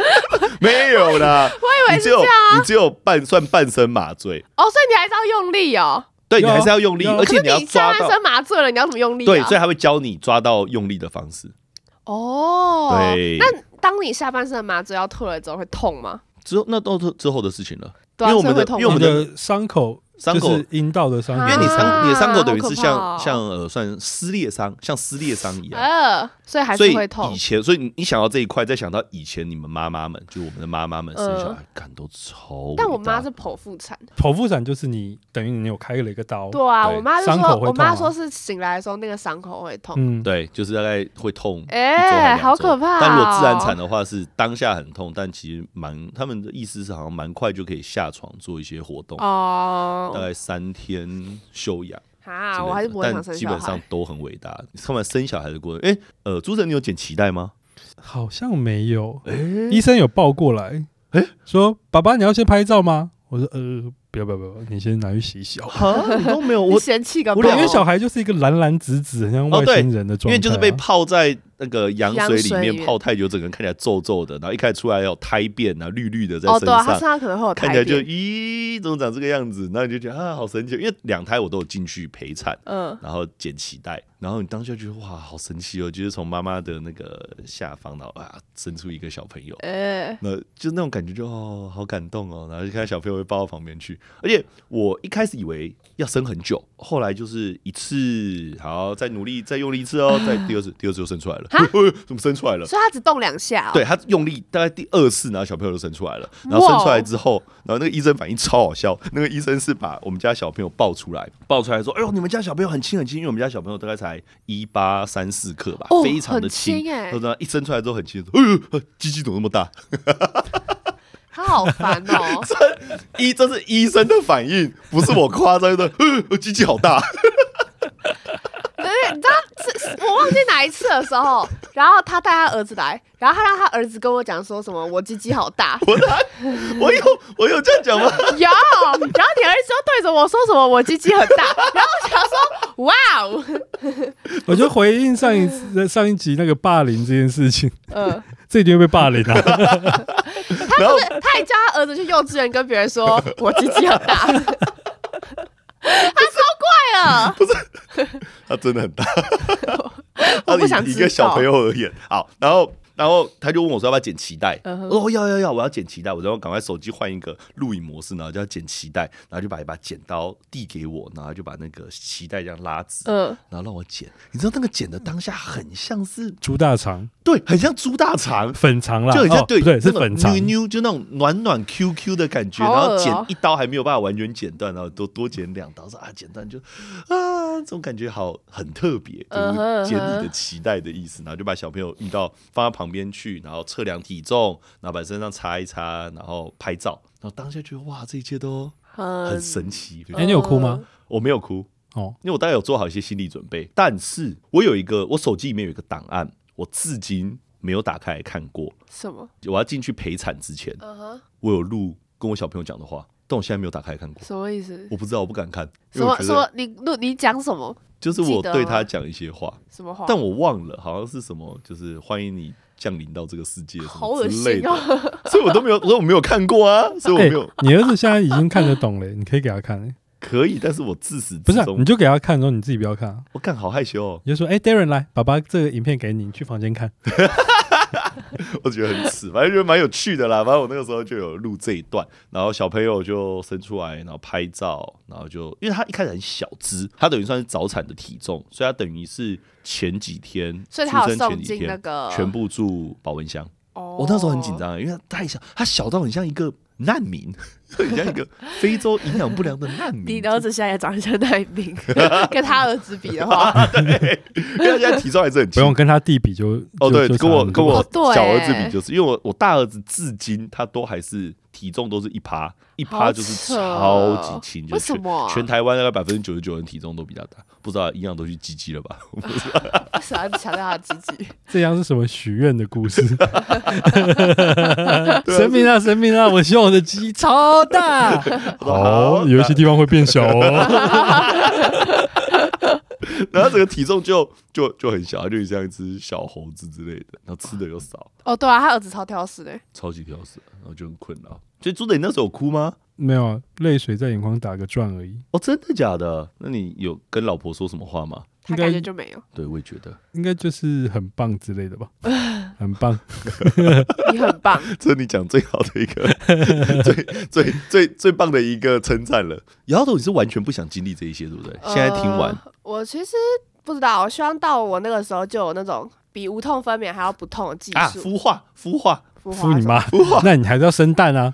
Speaker 1: 没有啦。
Speaker 2: 我以
Speaker 1: 你
Speaker 2: 为
Speaker 1: 只
Speaker 2: 是这
Speaker 1: 有
Speaker 2: 样啊
Speaker 1: 你。只有半算半身麻醉，
Speaker 2: 哦，所以你还是要用力哦。
Speaker 1: 对你
Speaker 3: 有啊
Speaker 1: 还是要用力，
Speaker 3: 有啊
Speaker 1: 而
Speaker 2: 可
Speaker 1: 且
Speaker 2: 是
Speaker 1: 要
Speaker 2: 下
Speaker 1: 抓
Speaker 2: 半
Speaker 1: 到。
Speaker 2: 身麻醉了，你要怎么用力、啊？
Speaker 1: 对，所以他会教你抓到用力的方式。
Speaker 2: 哦，
Speaker 1: 对
Speaker 2: 那当你下半身的麻醉药退了之后会痛吗？
Speaker 1: 之后那都是之后的事情了，
Speaker 2: 对啊
Speaker 1: 因为我们的
Speaker 2: 所以会痛吗
Speaker 1: 因为我们
Speaker 3: 你的伤口
Speaker 1: 伤
Speaker 3: 就
Speaker 1: 口，
Speaker 3: 是阴道的伤
Speaker 2: 啊
Speaker 1: 因为
Speaker 3: 口，
Speaker 1: 你伤你的伤口等于是像、
Speaker 2: 啊好可怕哦
Speaker 1: 像呃算撕裂伤，像撕裂伤
Speaker 3: 嗯
Speaker 1: 一样。
Speaker 2: 呃，所以还
Speaker 1: 所
Speaker 2: 是
Speaker 1: 以
Speaker 2: 会痛
Speaker 1: 以。前，所以你你想到这一块，再想到以前你们妈妈们，就是我们的妈妈们生小孩，感都超伟大。
Speaker 2: 呃但我妈是剖腹产，
Speaker 3: 剖腹产就是你等于你有开了一个刀，
Speaker 2: 对啊，
Speaker 1: 对
Speaker 2: 我妈就
Speaker 3: 伤口
Speaker 2: 说，
Speaker 3: 会
Speaker 2: 我妈
Speaker 3: 痛
Speaker 2: 说
Speaker 3: 啊
Speaker 2: 是醒来的时候那个伤口会痛。
Speaker 3: 嗯，
Speaker 1: 对，就是大概会痛一周
Speaker 2: 哎
Speaker 1: 还两周
Speaker 2: 好可怕哦
Speaker 1: 但如果自然产的话，是当下很痛，但其实蛮他们的意思是好像蛮快就可以下床做一些活动，大
Speaker 2: 哦，
Speaker 1: 概三天休养之类
Speaker 2: 啊，
Speaker 1: 的。
Speaker 2: 我还是不会想生
Speaker 1: 但基
Speaker 2: 小
Speaker 1: 本上
Speaker 2: 孩。
Speaker 1: 都很伟大。他们生小孩的过程，哎、呃，朱晨，你有剪脐带 吗？
Speaker 3: 好像没有。医生有报过来，说爸爸你要先拍照吗？我说呃，不要不要不要，你先拿去洗洗好了。
Speaker 1: 啊，你都没有
Speaker 2: 你
Speaker 1: 我。
Speaker 2: 嫌弃个
Speaker 3: 我
Speaker 2: 宝
Speaker 3: 因为小孩就是一个蓝蓝紫紫，很像外星人的
Speaker 1: 哦因
Speaker 3: 状态啊，
Speaker 1: 为就是被泡在那个羊水里
Speaker 2: 羊水里
Speaker 1: 面
Speaker 2: 面
Speaker 1: 泡太久，整个人看起来皱皱的，然后一开始出来有胎便啊，绿绿的在
Speaker 2: 哦，
Speaker 1: 身
Speaker 2: 对啊，他
Speaker 1: 上
Speaker 2: 身，上可能会有
Speaker 1: 看起来
Speaker 2: 胎
Speaker 1: 就
Speaker 2: 便。
Speaker 1: 咦，怎么长这个样子？然后你就觉得啊，好神奇哦。因为两胎我都有进去陪产，
Speaker 2: 嗯，
Speaker 1: 然后剪脐带，然后你当下觉得哇，好神奇哦，就是从妈妈的那个下方，然后啊，生出一个小朋友。
Speaker 2: 呃，
Speaker 1: 那就那种感觉就，哦，好感动哦，然后就看到小朋友会抱到旁边去。而且我一开始以为要生很久，后来就是一次，好，再努力，再用力一次哦，再第二次，第二次就生出来了
Speaker 2: 啊哈，
Speaker 1: 怎么生出来了？
Speaker 2: 所以他只动两下、哦。
Speaker 1: 对，他用力大概第二次，然后小朋友就生出来了。然后生出来之后，然后那个医生反应超好笑。那个医生是把我们家小朋友抱出来，抱出来说：“哎呦，你们家小朋友很轻很轻，因为我们家小朋友大概才一八三四克吧，
Speaker 2: 哦
Speaker 1: 非常的
Speaker 2: 很轻欸
Speaker 1: 然后一生出来之后很轻，说哎呦，鸡鸡怎么那么大？
Speaker 2: 他好烦 哦。
Speaker 1: 医这是医生的反应，不是我夸张的。呃，鸡鸡好大，
Speaker 2: 对，你知道是是我忘记哪一次的时候，然后他带他儿子来，然后他让他儿子跟我讲说什么我鸡鸡好大，
Speaker 1: 我哪我有我有这样讲吗？
Speaker 2: 有，然后你儿子就对着我说什么我鸡鸡很大，然后我想说哇哦，
Speaker 3: 我就回应上一 次上一集那个霸凌这件事情，
Speaker 2: 嗯，
Speaker 3: 这一定会被霸凌 啊！
Speaker 1: 然后
Speaker 2: 他还叫他儿子去幼稚园跟别人说我鸡鸡很大，他超怪了，
Speaker 1: 他真的很大。
Speaker 2: 我不想
Speaker 1: 以
Speaker 2: 知
Speaker 1: 一
Speaker 2: 道
Speaker 1: 个小朋友而言，好，然后然后他就问我说要不要剪脐带，
Speaker 2: 嗯哼
Speaker 1: 我说哦要要要，我要剪脐带，我然后赶快手机换一个录影模式，然后就要剪脐带，然后就把一把剪刀递给我，然后就把那个脐带这样拉直，
Speaker 2: 嗯，
Speaker 1: 然后让我剪。你知道那个剪的当下很像是，
Speaker 3: 猪大肠、
Speaker 1: 对，很像猪大肠。
Speaker 3: 粉肠啦，
Speaker 1: 就很像、
Speaker 3: 哦不对，是
Speaker 1: 那种
Speaker 3: 粉肠
Speaker 1: 妞，妞，就那种暖暖 QQ 的感觉，
Speaker 2: 好
Speaker 1: 然
Speaker 2: 恶
Speaker 1: 后
Speaker 2: 哦
Speaker 1: 剪一刀还没有办法完全剪断，然后多多剪两刀，说啊剪断就啊，这种感觉好很特别，就
Speaker 2: 嗯哼
Speaker 1: 是剪你的脐带的意思，然后就把小朋友遇到放在旁边去，然后测量体重，然后把身上擦一擦，然后拍照，然后当下觉得哇，这一切都很
Speaker 2: 很
Speaker 1: 神奇。
Speaker 3: 哎、你有哭吗？
Speaker 1: 我没有哭，
Speaker 3: 哦，
Speaker 1: 因为我大概有做好一些心理准备，但是我有一个我手机里面有一个档案，我至今没有打开来看过。
Speaker 2: 什么？
Speaker 1: 我要进去陪产之前，
Speaker 2: 嗯哼，
Speaker 1: 我有录跟我小朋友讲的话，但我现在没有打开看过，
Speaker 2: 什么意思？
Speaker 1: 我不知道，我不敢看，因
Speaker 2: 什
Speaker 1: 为我
Speaker 2: 么
Speaker 1: 觉
Speaker 2: 什
Speaker 1: 得
Speaker 2: 么？你录你讲什么
Speaker 1: 就是
Speaker 2: 记
Speaker 1: 我
Speaker 2: 得
Speaker 1: 对
Speaker 2: 吗
Speaker 1: 他讲一些话，
Speaker 2: 什么话？
Speaker 1: 但我忘了，好像是什么，就是欢迎你降临到这个世界什
Speaker 2: 好
Speaker 1: 么
Speaker 2: 恶
Speaker 1: 之类
Speaker 2: 心
Speaker 1: 的，
Speaker 2: 哦！
Speaker 1: 所以我都没有，所以我没有看过啊，所以我
Speaker 3: 哎、
Speaker 1: 没有
Speaker 3: 你儿子现在已经看得懂嘞，你可以给他看、欸。
Speaker 1: 可以，但是我自始至
Speaker 3: 不是啊、
Speaker 1: 终，
Speaker 3: 你就给他看，然后你自己不要看啊，
Speaker 1: 我看好害羞哦，
Speaker 3: 你就说，哎、d a r r e n 来，爸爸这个影片给你，你去房间看。
Speaker 1: 我觉得很耻，反正觉得蛮有趣的啦。反正我那个时候就有录这一段，然后小朋友就伸出来，然后拍照，然后就因为他一开始很小只，他等于算是早产的体重，所以他等于是前几天，
Speaker 2: 所以他
Speaker 1: 出
Speaker 2: 有
Speaker 1: 生
Speaker 2: 送
Speaker 1: 前几
Speaker 2: 进
Speaker 1: 天
Speaker 2: 那个
Speaker 1: 全。部住保温箱。
Speaker 2: 哦
Speaker 1: 我那时候很紧，张、欸，因为他太小，他小到很像一个难民， 很像一个非洲营养不良的难民。
Speaker 2: 你的儿子现在也长得像耐病， 跟他儿子比的话，
Speaker 1: 因为他现在体重还是很
Speaker 3: 不
Speaker 1: 轻。
Speaker 3: 用跟他弟比就，
Speaker 1: 哦，
Speaker 3: 就
Speaker 1: 对，
Speaker 3: 就
Speaker 1: 跟
Speaker 3: 差
Speaker 1: 我
Speaker 3: 很
Speaker 1: 跟
Speaker 3: 多
Speaker 1: 我
Speaker 2: 哦对
Speaker 1: 小儿子比，
Speaker 2: 欸
Speaker 1: 就是因为我我大儿子至今他都还是体重都是一趴一趴，
Speaker 2: 好
Speaker 1: 就是
Speaker 2: 扯
Speaker 1: 超
Speaker 2: 哦
Speaker 1: 级轻，就
Speaker 2: 为
Speaker 1: 是全
Speaker 2: 什么啊
Speaker 1: 全台湾大概百分之九十九人体重都比较大，不知道营养都去鸡鸡了吧？
Speaker 2: 为什么要强调他的自己？
Speaker 3: 这样是什么许愿的故 事？神明啊，神明啊！我希望我的鸡超大。 哦，有一些地方会变小哦。
Speaker 1: 然后整个体重就就就很小，他就像一只小猴子之类的，然后吃的又少，
Speaker 2: 哦，对啊，他儿子超挑食的，
Speaker 1: 超级挑食，然后就很困扰。所以朱德，你那时候有哭吗？
Speaker 3: 没有啊，泪水在眼眶打个转而已。
Speaker 1: 哦，真的假的？那你有跟老婆说什么话吗？
Speaker 2: 他
Speaker 3: 应该
Speaker 2: 感觉就没有。
Speaker 1: 对，我也觉得，
Speaker 3: 应该就是很棒之类 的吧，很棒。
Speaker 2: 你很棒，
Speaker 1: 这是你讲最好的一个最最最最棒的一个称赞了。姚豆，你是完全不想经历这一些，对不对？现在听完，
Speaker 2: 呃我其实不知道，我希望到我那个时候就有那种比无痛分娩还要不痛的技
Speaker 1: 啊，
Speaker 2: 术。
Speaker 1: 孵化孵化，
Speaker 2: 孵化
Speaker 3: 服你
Speaker 2: 什么
Speaker 3: 妈！那你还是要生蛋啊？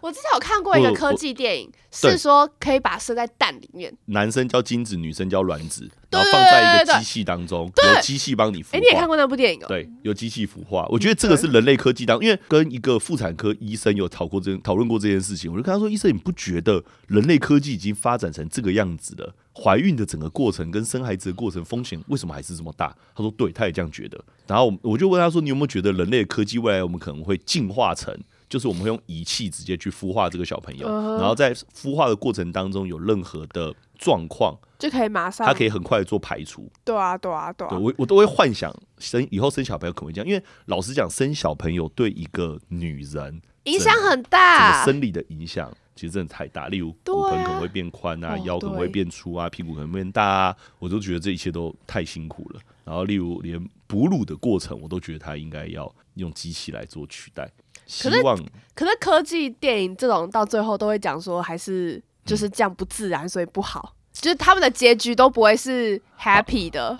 Speaker 2: 我之前有看过一个
Speaker 1: 不
Speaker 2: 科
Speaker 1: 不
Speaker 2: 技电影，
Speaker 1: 对
Speaker 2: 是说可以把生在蛋里面。
Speaker 1: 男生叫精子，女生叫卵子，
Speaker 2: 对
Speaker 1: 然后放在一
Speaker 2: 对对
Speaker 1: 个
Speaker 2: 对
Speaker 1: 机器当中，
Speaker 2: 对
Speaker 1: 由机器帮你孵
Speaker 2: 哎、你也看
Speaker 1: 化。
Speaker 2: 过那部电影哦？
Speaker 1: 对，由机器孵化，我觉得这个
Speaker 2: 嗯
Speaker 1: 是人类科技当，因为跟一个妇产科医生有讨过这讨论过这件事情，我就跟他说，医生，你不觉得人类科技已经发展成这个样子了？怀孕的整个过程跟生孩子的过程风险为什么还是这么大？他说对，他也这样觉得。然后我我就问他说，你有没有觉得人类的科技未来我们可能会进化成，就是我们会用仪器直接去孵化这个小朋友，
Speaker 2: 嗯哼
Speaker 1: 然后在孵化的过程当中有任何的状况，
Speaker 2: 就可以马上。
Speaker 1: 他可以很快地做排除。
Speaker 2: 对啊，对啊，对啊
Speaker 1: 对。我我都会幻想生以后生小朋友可能会这样，因为老实讲，生小朋友对一个女人
Speaker 2: 影响很
Speaker 1: 整个
Speaker 2: 大。
Speaker 1: 生理的影响。其实真的太大，例如
Speaker 2: 对
Speaker 1: 骨盆
Speaker 2: 啊
Speaker 1: 可能会变宽啊，
Speaker 2: 哦
Speaker 1: 腰可能
Speaker 2: 对
Speaker 1: 会变粗啊，屁股可能会变大啊，我都觉得这一切都太辛苦了。然后，例如连哺乳的过程，我都觉得它应该要用机器来做取代。希
Speaker 2: 是
Speaker 1: 望
Speaker 2: 可是科技电影这种到最后都会讲说，还是
Speaker 3: 嗯
Speaker 2: 就是这样不自然，所以不好。就是他们的结局都不会是 happy 的，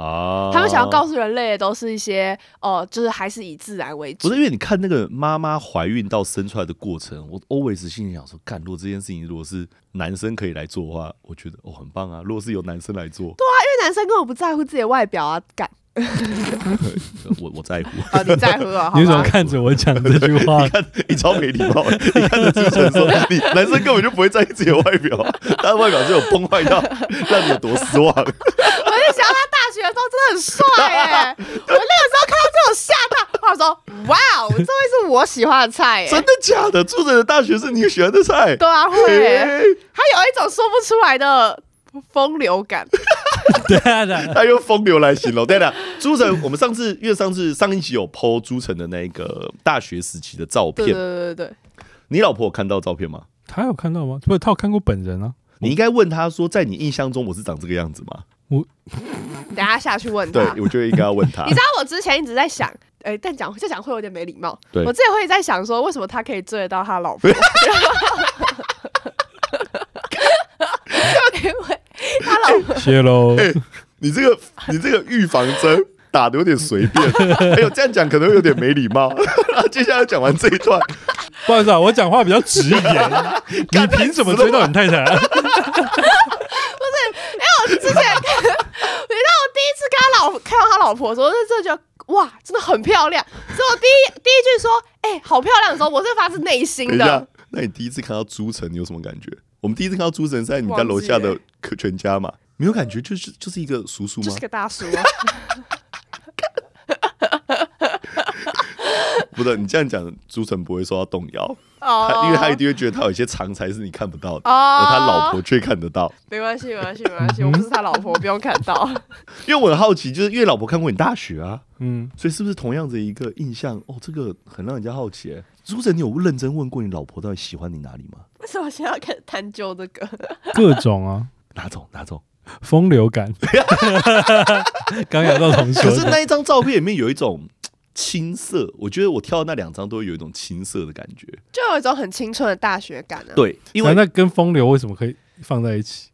Speaker 1: 啊，
Speaker 3: 哦
Speaker 2: 他们想要告诉人类的都是一些哦、呃就是还是以自然为
Speaker 1: 不
Speaker 2: 主
Speaker 1: 是。因为你看那个妈妈怀孕到生出来的过程，我 always 心里想说，干，如果这件事情如果是男生可以来做的话，我觉得哦很棒啊。如果是由男生来做，
Speaker 2: 因为男生根本不在乎自己的外表啊，干
Speaker 1: 呃我我在乎。
Speaker 2: 哦， 你在乎啊？好
Speaker 3: 你为什么
Speaker 2: 吧，
Speaker 3: 看着我讲这句话？
Speaker 1: 你超没礼貌，你看着朱晨说，你男生根本就不会在意自己的外表，他的外表就有崩坏到让你有多失望。
Speaker 2: 我就想他大学的时候真的很帅哎、 我那个时候看到这种吓到，我想说哇，哦，这会是我喜欢的菜哎、
Speaker 1: 真的假的？朱晨的大学是你喜欢的菜
Speaker 2: 对？啊，会、 欸，
Speaker 1: 哎
Speaker 2: 他有一种说不出来的风流感。
Speaker 3: 对啊，对啊
Speaker 1: 他用风流来形容。对了，朱晨，我们上次因为上次上一集有 PO 朱晨的那个大学时期的照
Speaker 2: 对对
Speaker 1: 片，
Speaker 2: 对对对，
Speaker 1: 你老婆有看到照片吗？
Speaker 3: 他有看到吗？不是，他有看过本人 啊。
Speaker 1: 你应该问他说，在你印象中我是长这个样子吗？
Speaker 2: 等一下下去问他
Speaker 1: 对。， 我觉得应该要问他
Speaker 2: 你。知道我之前一直在想，哎、但讲这样讲会有点没礼貌。
Speaker 1: 对
Speaker 2: 我之前会在想说，为什么他可以追得到他老婆？ 因为他老婆
Speaker 3: 谢喽。
Speaker 1: 你这个你这个预防针打的有点随 便，哎呦，这样讲可能会有点没礼貌。 然后接下来讲完这一段，
Speaker 3: 不好意思啊，我讲话比较直一 点。你凭什么追到你太太、啊？
Speaker 2: 之前，你知道我第一次看他老看到他老婆的时候，就真的觉得哇，真的很漂亮。所以我第一第一句说，哎、好漂亮的时候，我是发自内心
Speaker 1: 等一
Speaker 2: 的
Speaker 1: 下。，那你第一次看到朱晨，你有什么感觉？我们第一次看到朱晨是在你家楼下
Speaker 2: 忘
Speaker 1: 的
Speaker 2: 记
Speaker 1: 客全家嘛，没有感觉，就是就是一个叔叔
Speaker 2: 就
Speaker 1: 吗
Speaker 2: 是？个大叔、啊，
Speaker 1: 不对，你这样讲，朱晨不会受到动摇，
Speaker 2: 哦
Speaker 1: 他因为他一定会觉得他有一些长才是你看不到的，
Speaker 2: 哦
Speaker 1: 而他老婆却看得到。
Speaker 2: 没关系，没关系，没关系，我不是他老婆，不用看到。
Speaker 1: 因为我很好奇，就是因为老婆看过你大学啊，
Speaker 3: 嗯，
Speaker 1: 所以是不是同样的一个印象？哦，这个很让人家好奇、欸。朱晨，你有认真问过你老婆到底喜欢你哪里吗？
Speaker 2: 为什么现在要开始探究这个？
Speaker 3: 各种啊，
Speaker 1: 哪种哪 种？
Speaker 3: 风流感。 刚雅照同
Speaker 1: 可
Speaker 3: 说
Speaker 1: 是
Speaker 3: 的，
Speaker 1: 那一张照片里面有一种青涩，我觉得我挑的那两张都会有一种青涩的感觉。
Speaker 2: 就有一种很青春的大学感 啊！
Speaker 1: 对，因为
Speaker 3: 那那跟风流为什么可以放在一起？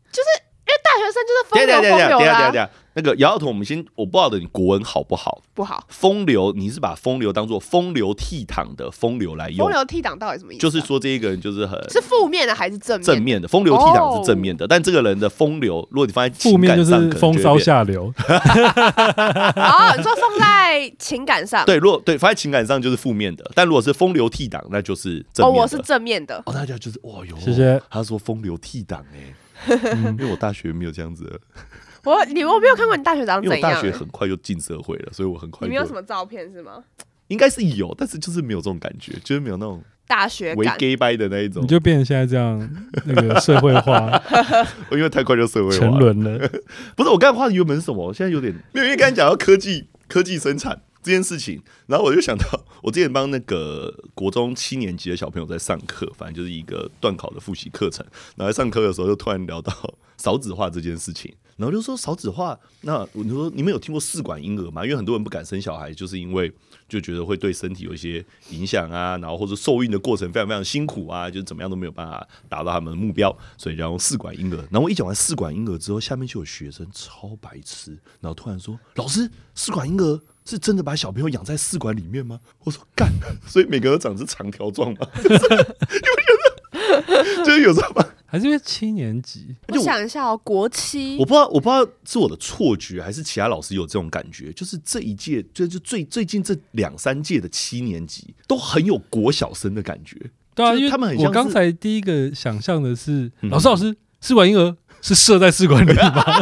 Speaker 2: 大学生就是
Speaker 1: 等
Speaker 2: 风
Speaker 1: 一下等
Speaker 2: 流
Speaker 1: 一下
Speaker 2: 风
Speaker 1: 等一下
Speaker 2: 流
Speaker 1: 等一下等一
Speaker 2: 啦，
Speaker 1: 下，那个姚晓彤，我们先我不知道的你国文好不好？
Speaker 2: 不好。
Speaker 1: 风流，你是把风流当做风流倜傥的风流来用
Speaker 2: 风，流倜傥到底什么意思啊？
Speaker 1: 就是说这一个人就是很
Speaker 2: 是负面的还哦是正面？
Speaker 1: 正面的，风流倜傥是正面的，但这个人的风流，如果你放在
Speaker 3: 负
Speaker 1: 情
Speaker 3: 面
Speaker 1: 感
Speaker 3: 就
Speaker 1: 上，
Speaker 3: 是
Speaker 1: 可能
Speaker 3: 风
Speaker 1: 就会
Speaker 3: 骚
Speaker 1: 变
Speaker 3: 下流，
Speaker 2: 哦，你说放在情感上？
Speaker 1: 对，如果对放在情感上就是负面的，但如果是风流倜傥，那就是正
Speaker 2: 哦，
Speaker 1: 面的。
Speaker 2: 我是正面的。
Speaker 1: 哦，大家就是哇哟，
Speaker 3: 谢谢
Speaker 1: 他说风流倜傥 哎，因为我大学没有这样子的，
Speaker 2: 我你我没有看过你大学长
Speaker 1: 因为
Speaker 2: 怎
Speaker 1: 我大
Speaker 2: 样欸、
Speaker 1: 学很快就进社会了，所以我很快就
Speaker 2: 你没有什么照片是吗？
Speaker 1: 应该是有，但是就是没有这种感觉，就是没有那种
Speaker 2: 大学
Speaker 1: 为
Speaker 2: 感
Speaker 1: gay 掰的那一种
Speaker 3: 你，就变成现在这样那个社会 化
Speaker 1: 因为太快就社会
Speaker 3: 沉
Speaker 1: 化了。
Speaker 3: 沦了。
Speaker 1: 不是我刚才画的原本是什么？我现在有点没有，因为刚才讲到科技科技生产这件事情，然后我就想到我之前帮那个国中七年级的小朋友在上课，反正就是一个段考的复习课程，然后在上课的时候就突然聊到 少子化这件事情，然后就说少子化，那我就说你们有听过试管婴儿吗？因为很多人不敢生小孩，就是因为就觉得会对身体有一些影响啊，然后或者受孕的过程非常非常辛苦啊，就是怎么样都没有办法达到他们的目标，所以就要用试管婴儿。然后我一讲完试管婴儿之后，下面就有学生超白痴，然后突然说：“老师，试管婴儿是真的把小朋友养在试管里面吗？”我说：“干，所以每个人长是长条状吗？” 就是你不觉得？就是有时候吧，
Speaker 3: 还是因为七年级，
Speaker 2: 我想一下哦，国七
Speaker 1: 我不知道，我不知道是我的错觉，还是其他老师有这种感觉，就是这一届，就就最最近这两三届的七年级都很有国小生的感觉。
Speaker 3: 对啊，
Speaker 1: 就是
Speaker 3: 因为
Speaker 1: 他们很像
Speaker 3: 我刚
Speaker 1: 是
Speaker 3: 才第一个想象的是，
Speaker 1: 嗯
Speaker 3: 老师老师，试管婴儿是射在试管里 吗？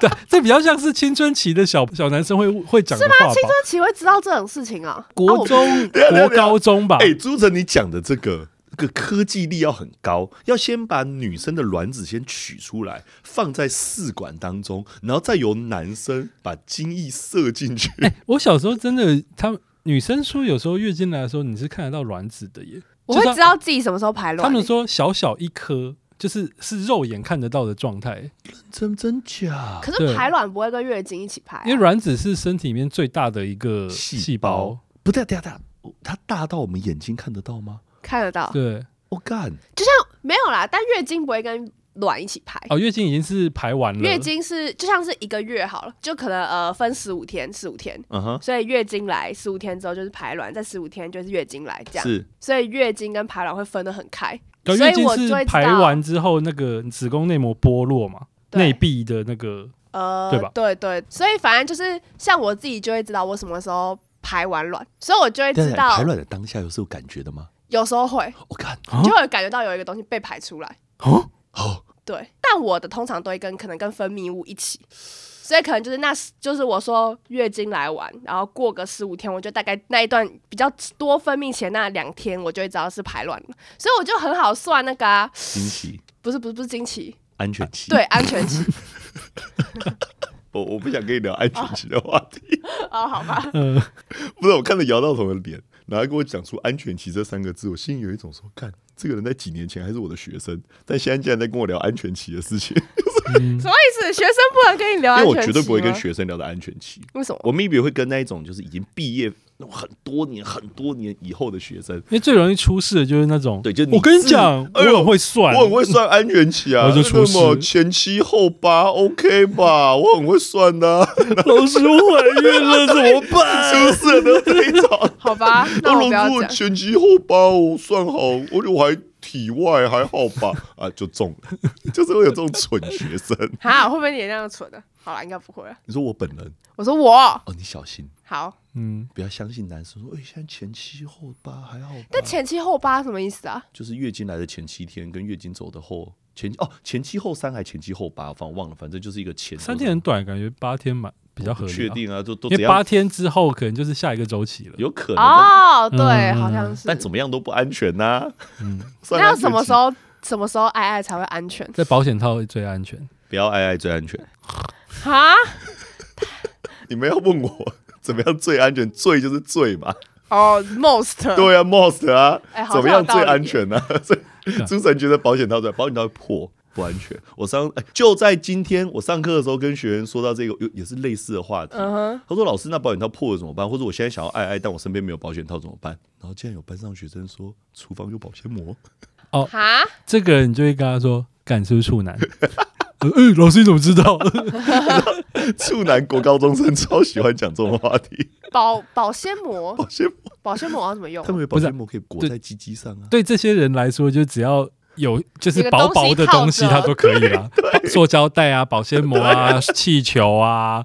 Speaker 3: 对，这比较像是青春期的小小男生会会讲的话吧。
Speaker 2: 那岂会知道这种事情啊？啊
Speaker 3: 国
Speaker 2: 我
Speaker 3: 中、
Speaker 1: 等一下等一下
Speaker 3: 国高中吧
Speaker 1: 哎、，朱晨，你讲的这个。这个科技力要很高，要先把女生的卵子先取出来，放在试管当中，然后再由男生把精液射进去。
Speaker 3: 哎我小时候真的，他们女生说有时候月经来的时候，你是看得到卵子的耶。
Speaker 2: 我会
Speaker 3: 就是
Speaker 2: 知道自己什么时候排
Speaker 3: 他
Speaker 2: 卵欸。
Speaker 3: 他们说小小一颗，就是是肉眼看得到的状态，
Speaker 1: 真真假？
Speaker 2: 可
Speaker 3: 对
Speaker 2: 是排卵不会跟月经一起排啊、
Speaker 3: 因为卵子是身体里面最大的一个细
Speaker 1: 细
Speaker 3: 胞
Speaker 1: 胞。不对，等一下等一下，哦它大到我们眼睛看得到吗？
Speaker 2: 看得到，
Speaker 3: 对，
Speaker 1: 我、干，
Speaker 2: 就像没有啦，但月经不会跟卵一起排。
Speaker 3: 哦，月经已经是排完了。
Speaker 2: 月经是就像是一个月好了，就可能呃分十五天，十五天，
Speaker 1: 嗯哼，
Speaker 2: 所以月经来十五天之后就是排卵，在十五天就是月经来这样，
Speaker 1: 是
Speaker 2: 所以月经跟排卵会分得很开，
Speaker 3: 对，
Speaker 2: 所
Speaker 3: 月
Speaker 2: 以
Speaker 3: 经
Speaker 2: 我
Speaker 3: 是
Speaker 2: 就会知
Speaker 3: 排
Speaker 2: 道
Speaker 3: 完之后那个子宫内膜剥落嘛，
Speaker 2: 对
Speaker 3: 内壁的那个，
Speaker 2: 呃，
Speaker 3: 对吧
Speaker 2: 对对，所以反正就是像我自己就会知道我什么时候排完卵，所以我就会
Speaker 1: 等一
Speaker 2: 哎知
Speaker 1: 下
Speaker 2: 道
Speaker 1: 排，卵的当下有是有感觉的吗？
Speaker 2: 有时候会
Speaker 1: 我、干，
Speaker 3: 啊
Speaker 2: 就会感觉到有一个东西被排出来，
Speaker 3: 哦，
Speaker 1: 哦，
Speaker 2: 对，但我的通常都会跟可能跟分泌物一起，所以可能就是那就是我说月经来完，然后过个十五天，我就大概那一段比较多分泌前那两天，我就会知道是排卵了，所以我就很好算那个、啊，
Speaker 1: 惊喜，
Speaker 2: 不是不是不是经期，
Speaker 1: 安全期。
Speaker 2: 对，，安全期
Speaker 1: 我我不想跟你聊安全期的话题。
Speaker 2: 哦，好吧，
Speaker 3: 嗯，
Speaker 1: 不是，我看着姚道彤的脸，然后他跟我讲出“安全期”这三个字，我心里有一种说，看这个人在几年前还是我的学生，但现在竟然在跟我聊安全期的事情，
Speaker 3: 嗯
Speaker 2: 什么意思？学生不能跟你聊
Speaker 1: 因为我
Speaker 2: 安全期啊
Speaker 1: 绝对不会跟
Speaker 2: 吗
Speaker 1: 学生聊到安全期，
Speaker 2: 为什么？
Speaker 1: 我 maybe 会跟那一种就是已经毕业那种很多年、很多年以后的学生，
Speaker 3: 因为最容易出事的就是那种，
Speaker 1: 对就你
Speaker 3: 我跟你
Speaker 1: 自
Speaker 3: 讲，我
Speaker 1: 哎呦
Speaker 3: 很会算，
Speaker 1: 我很会算安全期啊，
Speaker 3: 然后就出
Speaker 1: 那
Speaker 3: 事
Speaker 1: 么前七后八，OK 吧？我很会算的、 啊，
Speaker 3: 老师我怀孕了怎么办？
Speaker 1: 出事了都这一种。
Speaker 2: 好吧， 那我不要
Speaker 1: 如果
Speaker 2: 讲。
Speaker 1: 前七后八，我算好，我就还体外还好吧， 啊，就中了，就是会有这种蠢学生。
Speaker 2: 哈，会不会你也那样蠢的？好了，应该不会了。
Speaker 1: 你说我本人
Speaker 2: 我说我
Speaker 1: 哦，你小心，
Speaker 2: 好，
Speaker 3: 嗯，
Speaker 1: 不要相信男生说，哎、现在前七后八还好吧，
Speaker 2: 但前七后八什么意思啊？
Speaker 1: 就是月经来的前七天跟月经走的后前哦前七后三还前七后八，反正忘了，反正就是一个前
Speaker 3: 三天很短，感觉八天蛮比较合
Speaker 1: 不
Speaker 3: 理、啊，
Speaker 1: 确，定啊，都都
Speaker 3: 因
Speaker 1: 怎
Speaker 3: 为八
Speaker 1: 样，
Speaker 3: 天之后可能就是下一个周期了。
Speaker 1: 有可能，但
Speaker 2: 哦，对，
Speaker 3: 嗯
Speaker 2: 好像是。
Speaker 1: 但怎么样都不安全呐、
Speaker 3: 嗯，
Speaker 1: 算
Speaker 2: 那
Speaker 1: 安
Speaker 2: 要
Speaker 1: 全
Speaker 2: 什么
Speaker 1: 期
Speaker 2: 时候什么时候爱爱才会安全？
Speaker 3: 在保险套最安全，
Speaker 1: 不要爱爱最安全？
Speaker 2: 哈？
Speaker 1: 你们要问我怎么样最安全？最就是最嘛。
Speaker 2: 哦，most。
Speaker 1: 对啊，most 啊
Speaker 2: 哎，好
Speaker 1: 怎么样最安全呢、啊？所以朱晨觉得保险套在保险套会破不安全。我上、哎就在今天我上课的时候跟学员说到这个，有也是类似的话题。
Speaker 2: 嗯哼，
Speaker 1: 他说：“老师，那保险套破了怎么办？或者我现在想要爱爱，但我身边没有保险套怎么办？”然后竟然有班上学生说：“厨房有保鲜膜。
Speaker 2: 哈，
Speaker 3: 这个人就会跟他说：“干，是不是处男？” 呃，哎老师你怎么知道？”
Speaker 1: 处男国高中生超喜欢讲这种话题。
Speaker 2: 保保鲜膜，
Speaker 1: 保鲜膜，
Speaker 2: 保鲜膜要怎么用
Speaker 1: 哦他
Speaker 2: 啊？
Speaker 1: 们有保鲜膜可以裹在鸡鸡上啊。
Speaker 3: 对这些人来说，就只要有就是
Speaker 2: 有个
Speaker 3: 薄
Speaker 2: 东西
Speaker 3: 薄的
Speaker 2: 套
Speaker 3: 东西，
Speaker 2: 着
Speaker 3: 他都可以 啦。塑胶袋啊、保鲜膜啊、气球啊，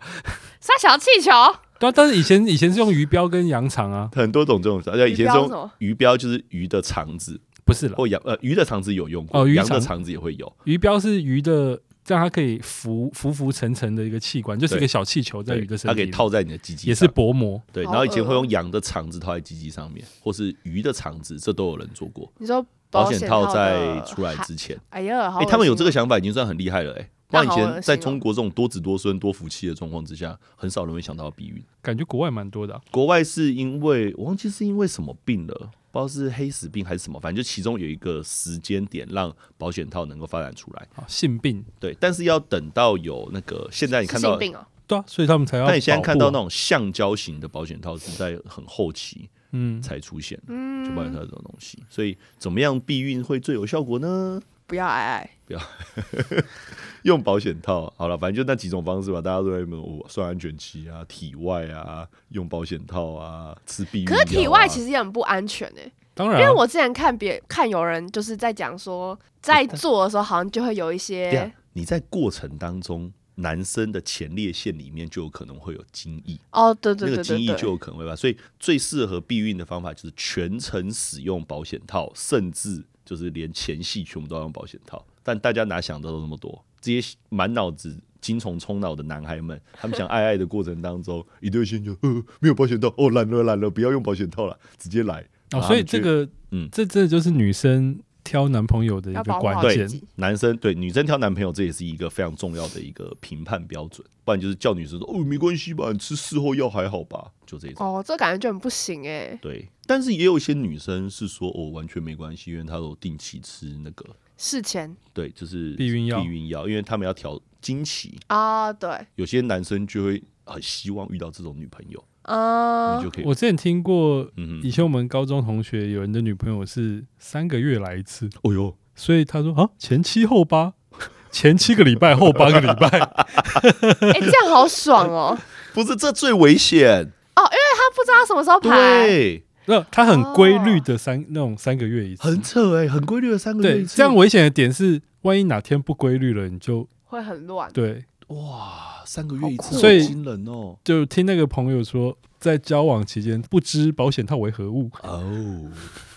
Speaker 2: 杀小气球，
Speaker 3: 对啊。但是以前以前是用鱼标跟羊肠啊，
Speaker 1: 很多种这种，而且以前这
Speaker 2: 鱼标是什么
Speaker 1: 种鱼标就是鱼的肠子，
Speaker 3: 不是啦，
Speaker 1: 或羊呃鱼的肠子有用过，
Speaker 3: 哦鱼
Speaker 1: 羊的
Speaker 3: 肠
Speaker 1: 肠子也会有。
Speaker 3: 鱼标是鱼的，让它可以浮浮浮沉沉的一个器官，就是一
Speaker 1: 对
Speaker 3: 个小气球在
Speaker 1: 对
Speaker 3: 鱼的身
Speaker 1: 它可
Speaker 3: 体
Speaker 1: 以
Speaker 3: 里，
Speaker 1: 套在你的鸡鸡上，
Speaker 3: 也是薄膜。
Speaker 1: 对。
Speaker 2: 好
Speaker 1: 然后以前
Speaker 2: 恶哦
Speaker 1: 会用羊的肠子套在鸡鸡上面，或是鱼的肠子，这都有人做过。
Speaker 2: 你说
Speaker 1: 保
Speaker 2: 险
Speaker 1: 险套在
Speaker 2: 的
Speaker 1: 出来
Speaker 2: 哈
Speaker 1: 之前，
Speaker 2: 哎呀，好
Speaker 1: 哎，他们有这个
Speaker 2: 想，
Speaker 1: 想法已经算很厉害了，哎。不
Speaker 2: 那
Speaker 1: 然以
Speaker 2: 好恶
Speaker 1: 前
Speaker 2: 心
Speaker 1: 在
Speaker 2: 哦
Speaker 1: 中国这种多子多孙、多福气的状况之下，很少人会想到避孕。
Speaker 3: 感觉国外蛮多的啊、
Speaker 1: 国外是因为我忘记是因为什么病了，不知道是黑死病还是什么，反正就其中有一个时间点让保险套能够发展出来。
Speaker 3: 啊，性病
Speaker 1: 对，但是要等到有那个现在你
Speaker 2: 是
Speaker 1: 看到
Speaker 2: 性，病哦，
Speaker 3: 对啊，所以他们才要保护啊。
Speaker 1: 但你现在看到那种橡胶型的保险套是在很后期
Speaker 3: 嗯，
Speaker 1: 才出现，就保险套这种东西。所以怎么样避孕会最有效果呢？
Speaker 2: 不要爱爱，
Speaker 1: 用保险套好了，反正就那几种方式吧。大家都在问我算安全期啊、体外啊、用保险套啊、吃避孕、药
Speaker 2: 可
Speaker 1: 啊
Speaker 2: 是体外其实也很不安全哎、
Speaker 3: 当然啊、
Speaker 2: 因为我之前看别看有人就是在讲说， 在做的时候好像就会有一
Speaker 1: 对啊
Speaker 2: 些，
Speaker 1: 你在过程当中，男生的前列腺里面就有可能会有精液，
Speaker 2: 哦，对对
Speaker 1: 那个
Speaker 2: 对
Speaker 1: 精
Speaker 2: 对
Speaker 1: 液就
Speaker 2: 对，
Speaker 1: 有可能会吧。所以最适合避孕的方法就是全程使用保险套，甚至就是连前戏全部都要用保险套。但大家哪想到那么多？这些满脑子精虫充脑的男孩们，他们想爱爱的过程当中，一对新就呃没有保险套，哦懒了懒了，不要用保险套了，直接来。
Speaker 3: 哦，
Speaker 1: 然后
Speaker 3: 所以
Speaker 1: 他们
Speaker 3: 这
Speaker 1: 去
Speaker 3: 个，嗯
Speaker 1: 嗯，
Speaker 3: 这这就是女生挑男朋友的一
Speaker 2: 要
Speaker 3: 个
Speaker 2: 保护
Speaker 3: 关
Speaker 2: 好
Speaker 3: 键
Speaker 2: 自
Speaker 1: 对
Speaker 2: 己。
Speaker 1: 男生对女生挑男朋友，这也是一个非常重要的一个评判标准，不然就是叫女生说哦没关系吧，你吃事后药还好吧，就这种。
Speaker 2: 哦，这感觉就很不行哎、
Speaker 1: 对，但是也有一些女生是说哦完全没关系，因为她有定期吃那个，
Speaker 2: 事前
Speaker 1: 对，就是
Speaker 3: 避孕药
Speaker 1: 避孕药，因为他们要调经期，
Speaker 2: 啊、对
Speaker 1: 有些男生就会很希望遇到这种女朋友，
Speaker 2: 啊、
Speaker 1: 你就可以
Speaker 3: 我之前听过，
Speaker 1: 嗯
Speaker 3: 以
Speaker 1: 哼，
Speaker 3: 前我们高中同学有人的女朋友是三个月来一次，
Speaker 1: 哦哟，
Speaker 3: 所以他说啊，前七后八， 前七个礼拜后八个礼 拜，
Speaker 2: 哎、这样好爽哦！
Speaker 1: 不是这最危险，
Speaker 2: 他不知道什么时候排，
Speaker 1: 对，
Speaker 3: 那他很规律的
Speaker 2: 哦
Speaker 3: 三那种三个月一次
Speaker 1: 很，扯哎、很规律的三个月
Speaker 3: 对，
Speaker 1: 一次，
Speaker 3: 这样危险的点是，万一哪天不规律了，你就
Speaker 2: 会很乱。
Speaker 3: 对，
Speaker 1: 哇三个月一
Speaker 2: 好
Speaker 1: 次，
Speaker 2: 酷
Speaker 1: 好
Speaker 3: 所以
Speaker 1: 惊人哦，
Speaker 3: 就听那个朋友说，在交往期间不知保险套为何物，
Speaker 1: 哦，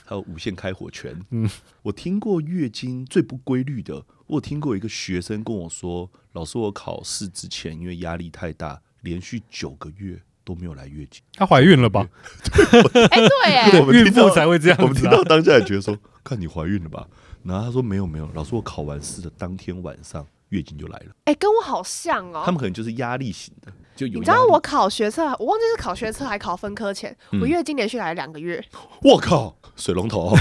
Speaker 1: 还有无限开火权。
Speaker 3: 嗯
Speaker 1: 嗯，我听过月经最不规律的，我有听过一个学生跟我说，老师，我考试之前因为压力太大，连续九个月都没有来月经。
Speaker 3: 她怀孕了吧？
Speaker 2: 哎、对哎、
Speaker 1: 对我们
Speaker 3: 孕
Speaker 1: 听到
Speaker 3: 妇才会这样子、啊，
Speaker 1: 我们听到当下也觉得说，看你怀孕了吧？然后他说没有没有，老师，我考完试的当天晚上月经就来了。
Speaker 2: 哎、跟我好像哦。
Speaker 1: 他们可能就是压力型的，就有
Speaker 2: 你
Speaker 1: 压力。
Speaker 2: 知道我考学测，我忘记是考学测还考分科前，
Speaker 1: 嗯
Speaker 2: 我月经连续来两个月，
Speaker 1: 我靠，水龙头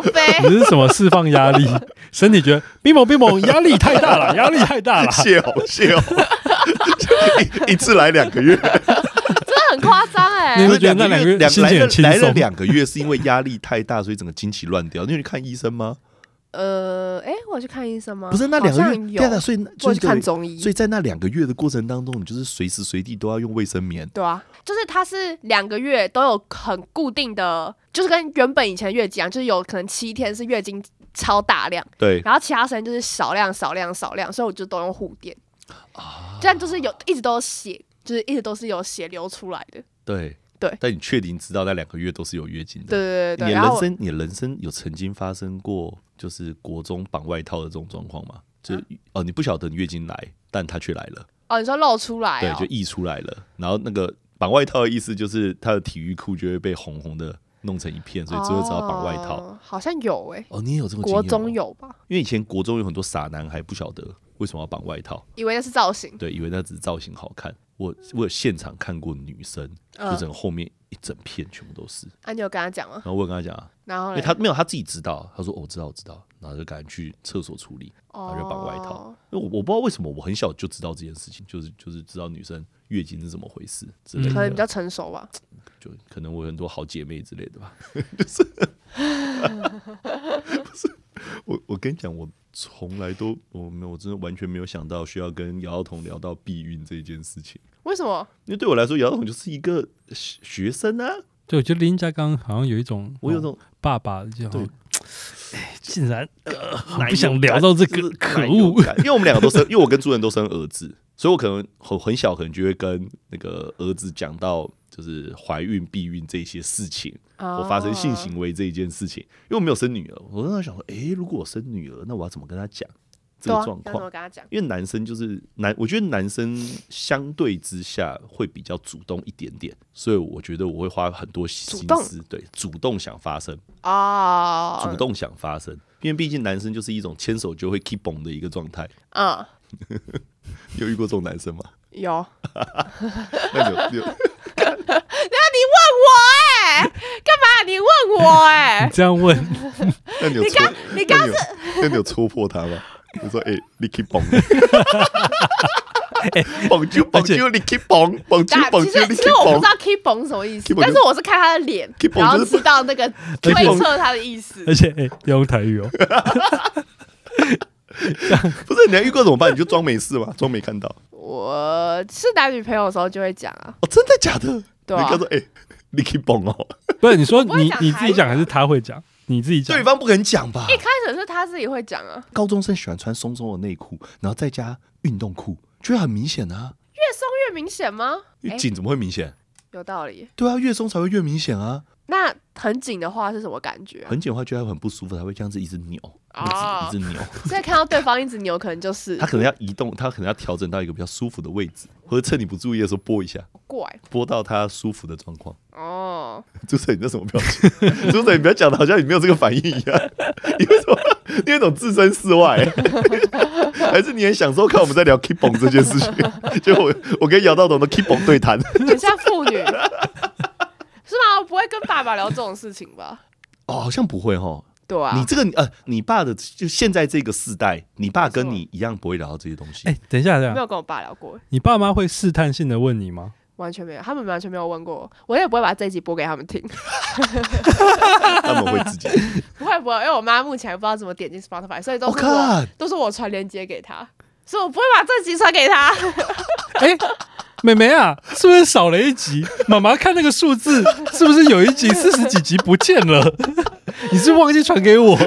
Speaker 2: 飞。
Speaker 3: 你是什么释放压力？身体觉得冰猛冰猛，压力太 大了，压力太大了。
Speaker 1: 泄洪泄洪，就哦 一一次来两个月。
Speaker 2: 那很夸张
Speaker 3: 你
Speaker 2: 哎
Speaker 3: 们
Speaker 1: 不是两
Speaker 3: 觉得那两个
Speaker 1: 月
Speaker 3: 月
Speaker 1: 两
Speaker 3: 心
Speaker 1: 来
Speaker 3: 情
Speaker 1: 了
Speaker 3: 很轻
Speaker 1: 来了
Speaker 3: 松
Speaker 1: 两个月是因为压力太大，所以整个经期乱掉。你有去看医生吗？
Speaker 2: 呃，哎、我有去看医生吗？
Speaker 1: 不是那两个
Speaker 2: 嗯好
Speaker 1: 月，
Speaker 2: 像
Speaker 1: 对啊，
Speaker 2: 有，
Speaker 1: 所以那
Speaker 2: 我有
Speaker 1: 所以
Speaker 2: 去看
Speaker 1: 对
Speaker 2: 中医。
Speaker 1: 所以在那两个月的过程当中，你就是随时随地都要用卫生棉。
Speaker 2: 对啊，就是它是两个月都有很固定的，就是跟原本以前的月经一样，就是有可能七天是月经超大量，
Speaker 1: 对，
Speaker 2: 然后其他时间就是少量、少量、少量，所以我就都用护垫。
Speaker 1: 啊
Speaker 2: 这样就是有一直都有血，就是一直都是有血流出来的。
Speaker 1: 对
Speaker 2: 对
Speaker 1: 但你确定知道那两个月都是有月经
Speaker 2: 对
Speaker 1: 的。
Speaker 2: 对对对
Speaker 1: 你
Speaker 2: 对，
Speaker 1: 的
Speaker 2: 然后
Speaker 1: 人
Speaker 2: 我
Speaker 1: 生，你的人生有曾经发生过就是国中绑外套的这种状况吗？就是
Speaker 2: 嗯
Speaker 1: 哦，你不晓得你月经来，但它却来了，
Speaker 2: 哦，你说露出来
Speaker 1: 对，
Speaker 2: 哦
Speaker 1: 就，溢出来了。然后那个绑外套的意思就是他的体育裤就会被红红的弄成一片，所以最后只好绑外套。
Speaker 2: 哦好像有哎、
Speaker 1: 哦，你也有这种经验
Speaker 2: 国
Speaker 1: 哦
Speaker 2: 中有吧？
Speaker 1: 因为以前国中有很多傻男孩，不晓得为什么要绑外套？
Speaker 2: 以为那是造型，
Speaker 1: 对，以为那只是造型好看。我我有现场看过女生，就
Speaker 2: 嗯
Speaker 1: 整个后面一整片全部都是。
Speaker 2: 啊，你有跟他讲吗？
Speaker 1: 然后我有跟她讲啊，
Speaker 2: 然后
Speaker 1: 因
Speaker 2: 嘞
Speaker 1: 为她没有她自己知道，她说、哦、我知道我知道，然后就赶紧去厕所处理。
Speaker 2: 哦，
Speaker 1: 就绑外套因为我我不知道为什么我很小就知道这件事情，就是就是知道女生月经是怎么回事之类
Speaker 3: 嗯
Speaker 2: 可能
Speaker 1: 的，
Speaker 2: 比较成熟吧。
Speaker 1: 就可能我有很多好姐妹之类的 吧。就是，不是我我跟你讲，我从来都我没有我真的完全没有想到需要跟姚姚彤聊到避孕这件事情，
Speaker 2: 为什么？
Speaker 1: 因为对我来说，姚姚彤就是一个学学生啊，
Speaker 3: 对，我觉得林家刚好像有一种，
Speaker 1: 我有
Speaker 3: 哦
Speaker 1: 种
Speaker 3: 爸爸就好像，哎，竟然
Speaker 1: 奶
Speaker 3: 哎不想
Speaker 1: 油
Speaker 3: 聊
Speaker 1: 感
Speaker 3: 到这
Speaker 1: 哎就
Speaker 3: 个
Speaker 1: 是
Speaker 3: 可
Speaker 1: 奶油
Speaker 3: 恶
Speaker 1: 感因为我们两个都生，因为我跟朱人都生儿子，所以我可能很很小，可能就会跟那个儿子讲到就是怀孕、避孕这些事情，我
Speaker 2: 我
Speaker 1: 发生性行为这一件事情，因为我没有生女儿，我那时候想说，诶，如果我生女儿，那我要怎么跟他讲这个状
Speaker 2: 对啊、那
Speaker 1: 况
Speaker 2: 我？跟他讲，
Speaker 1: 因为男生就是男，我觉得男生相对之下会比较主动一点点，所以我觉得我会花很多心
Speaker 2: 主动
Speaker 1: 思，对，主动想发生。
Speaker 2: 哦，
Speaker 1: 主，动想发生，因为毕竟男生就是一种牵手就会 keep on 的一个状态。
Speaker 2: 嗯，
Speaker 1: 你有遇过这种男生吗？
Speaker 2: 有。那
Speaker 1: 那你有你有
Speaker 2: 你问我哎、干嘛？你问我 哎、
Speaker 3: 你这样问，
Speaker 1: 那 你有戳
Speaker 2: 你刚
Speaker 1: 那有那你有戳破他 吗？你说哎、你 keep on，绑住绑住你 keep on，绑住
Speaker 2: 大
Speaker 1: 绑
Speaker 2: 啊其
Speaker 1: 住
Speaker 2: 实
Speaker 1: 你
Speaker 2: 其实我不
Speaker 1: keep on
Speaker 2: 知道。keep on 什么意思
Speaker 1: keep，on
Speaker 2: 但是
Speaker 1: 就
Speaker 2: 我是看他的脸，
Speaker 1: keep on
Speaker 2: 然后
Speaker 1: 就是不
Speaker 2: 知道 那个推测他的意思。
Speaker 3: 而且哎，要用台语哦，
Speaker 1: 不是你还遇过怎么办？你就装没事嘛，装没看到。
Speaker 2: 我是男女朋友的时候就会讲啊，
Speaker 1: 哦，真的假的？
Speaker 2: 对啊
Speaker 1: 你刚说哎、你 keep on 哦，
Speaker 3: 不是你说
Speaker 2: 不会
Speaker 3: 你
Speaker 2: 讲啊
Speaker 3: 你自己讲还是他会讲？你自己讲
Speaker 1: 对，方不肯讲吧？
Speaker 2: 一开始是他自己会讲啊，
Speaker 1: 高中生喜欢穿松松的内裤，然后再加运动裤，就会很明显啊。
Speaker 2: 越松越明显吗？哎、
Speaker 1: 紧怎么会明显？
Speaker 2: 有道理。
Speaker 1: 对啊，越松才会越明显啊。
Speaker 2: 那很紧的话是什么感觉、啊？
Speaker 1: 很简化觉得很不舒服，他会这样子一直扭，
Speaker 2: 哦
Speaker 1: 一直一直扭。
Speaker 2: 所以看到对方一直扭，可能就是
Speaker 1: 他可能要移动，他可能要调整到一个比较舒服的位置，或者趁你不注意的时候拨一下，
Speaker 2: 怪
Speaker 1: 拨到他舒服的状况。
Speaker 2: 哦。
Speaker 1: 朱晨，你那什么表情？ 朱晨，你不要讲的好像你没有这个反应一样。你为什么？你有种置身事外、啊 还是你很享受看我们在聊 keep on 这件事情？ 就我我跟姚道董的 keep on 对谈。
Speaker 2: 很像妇女，是吗？我不会跟爸爸聊这种事情吧？
Speaker 1: 哦，好像不会哦。
Speaker 2: 对啊
Speaker 1: 你，这个呃，你爸的就现在这个世代，你爸跟
Speaker 2: 没错
Speaker 1: 你一样不会聊到这些东西。
Speaker 3: 哎，等一下，等一
Speaker 2: 没
Speaker 3: 下，
Speaker 2: 有跟我爸聊过，
Speaker 3: 你爸妈会试探性的问你吗？
Speaker 2: 完全没有，他们完全没有问过我，我也不会把这一集播给他们听，
Speaker 1: 他们会自己。
Speaker 2: 不会不会，因为我妈目前还不知道怎么点进 Spotify，所以都
Speaker 1: 我
Speaker 2: 是我、
Speaker 1: 看，
Speaker 2: 都是我传链接给她，所以我不会把这集传给她。
Speaker 3: 哎，妹妹啊，是不是少了一集？妈妈看那个数字，是不是有一集四十几集不见了？ 你是不是忘记传给我？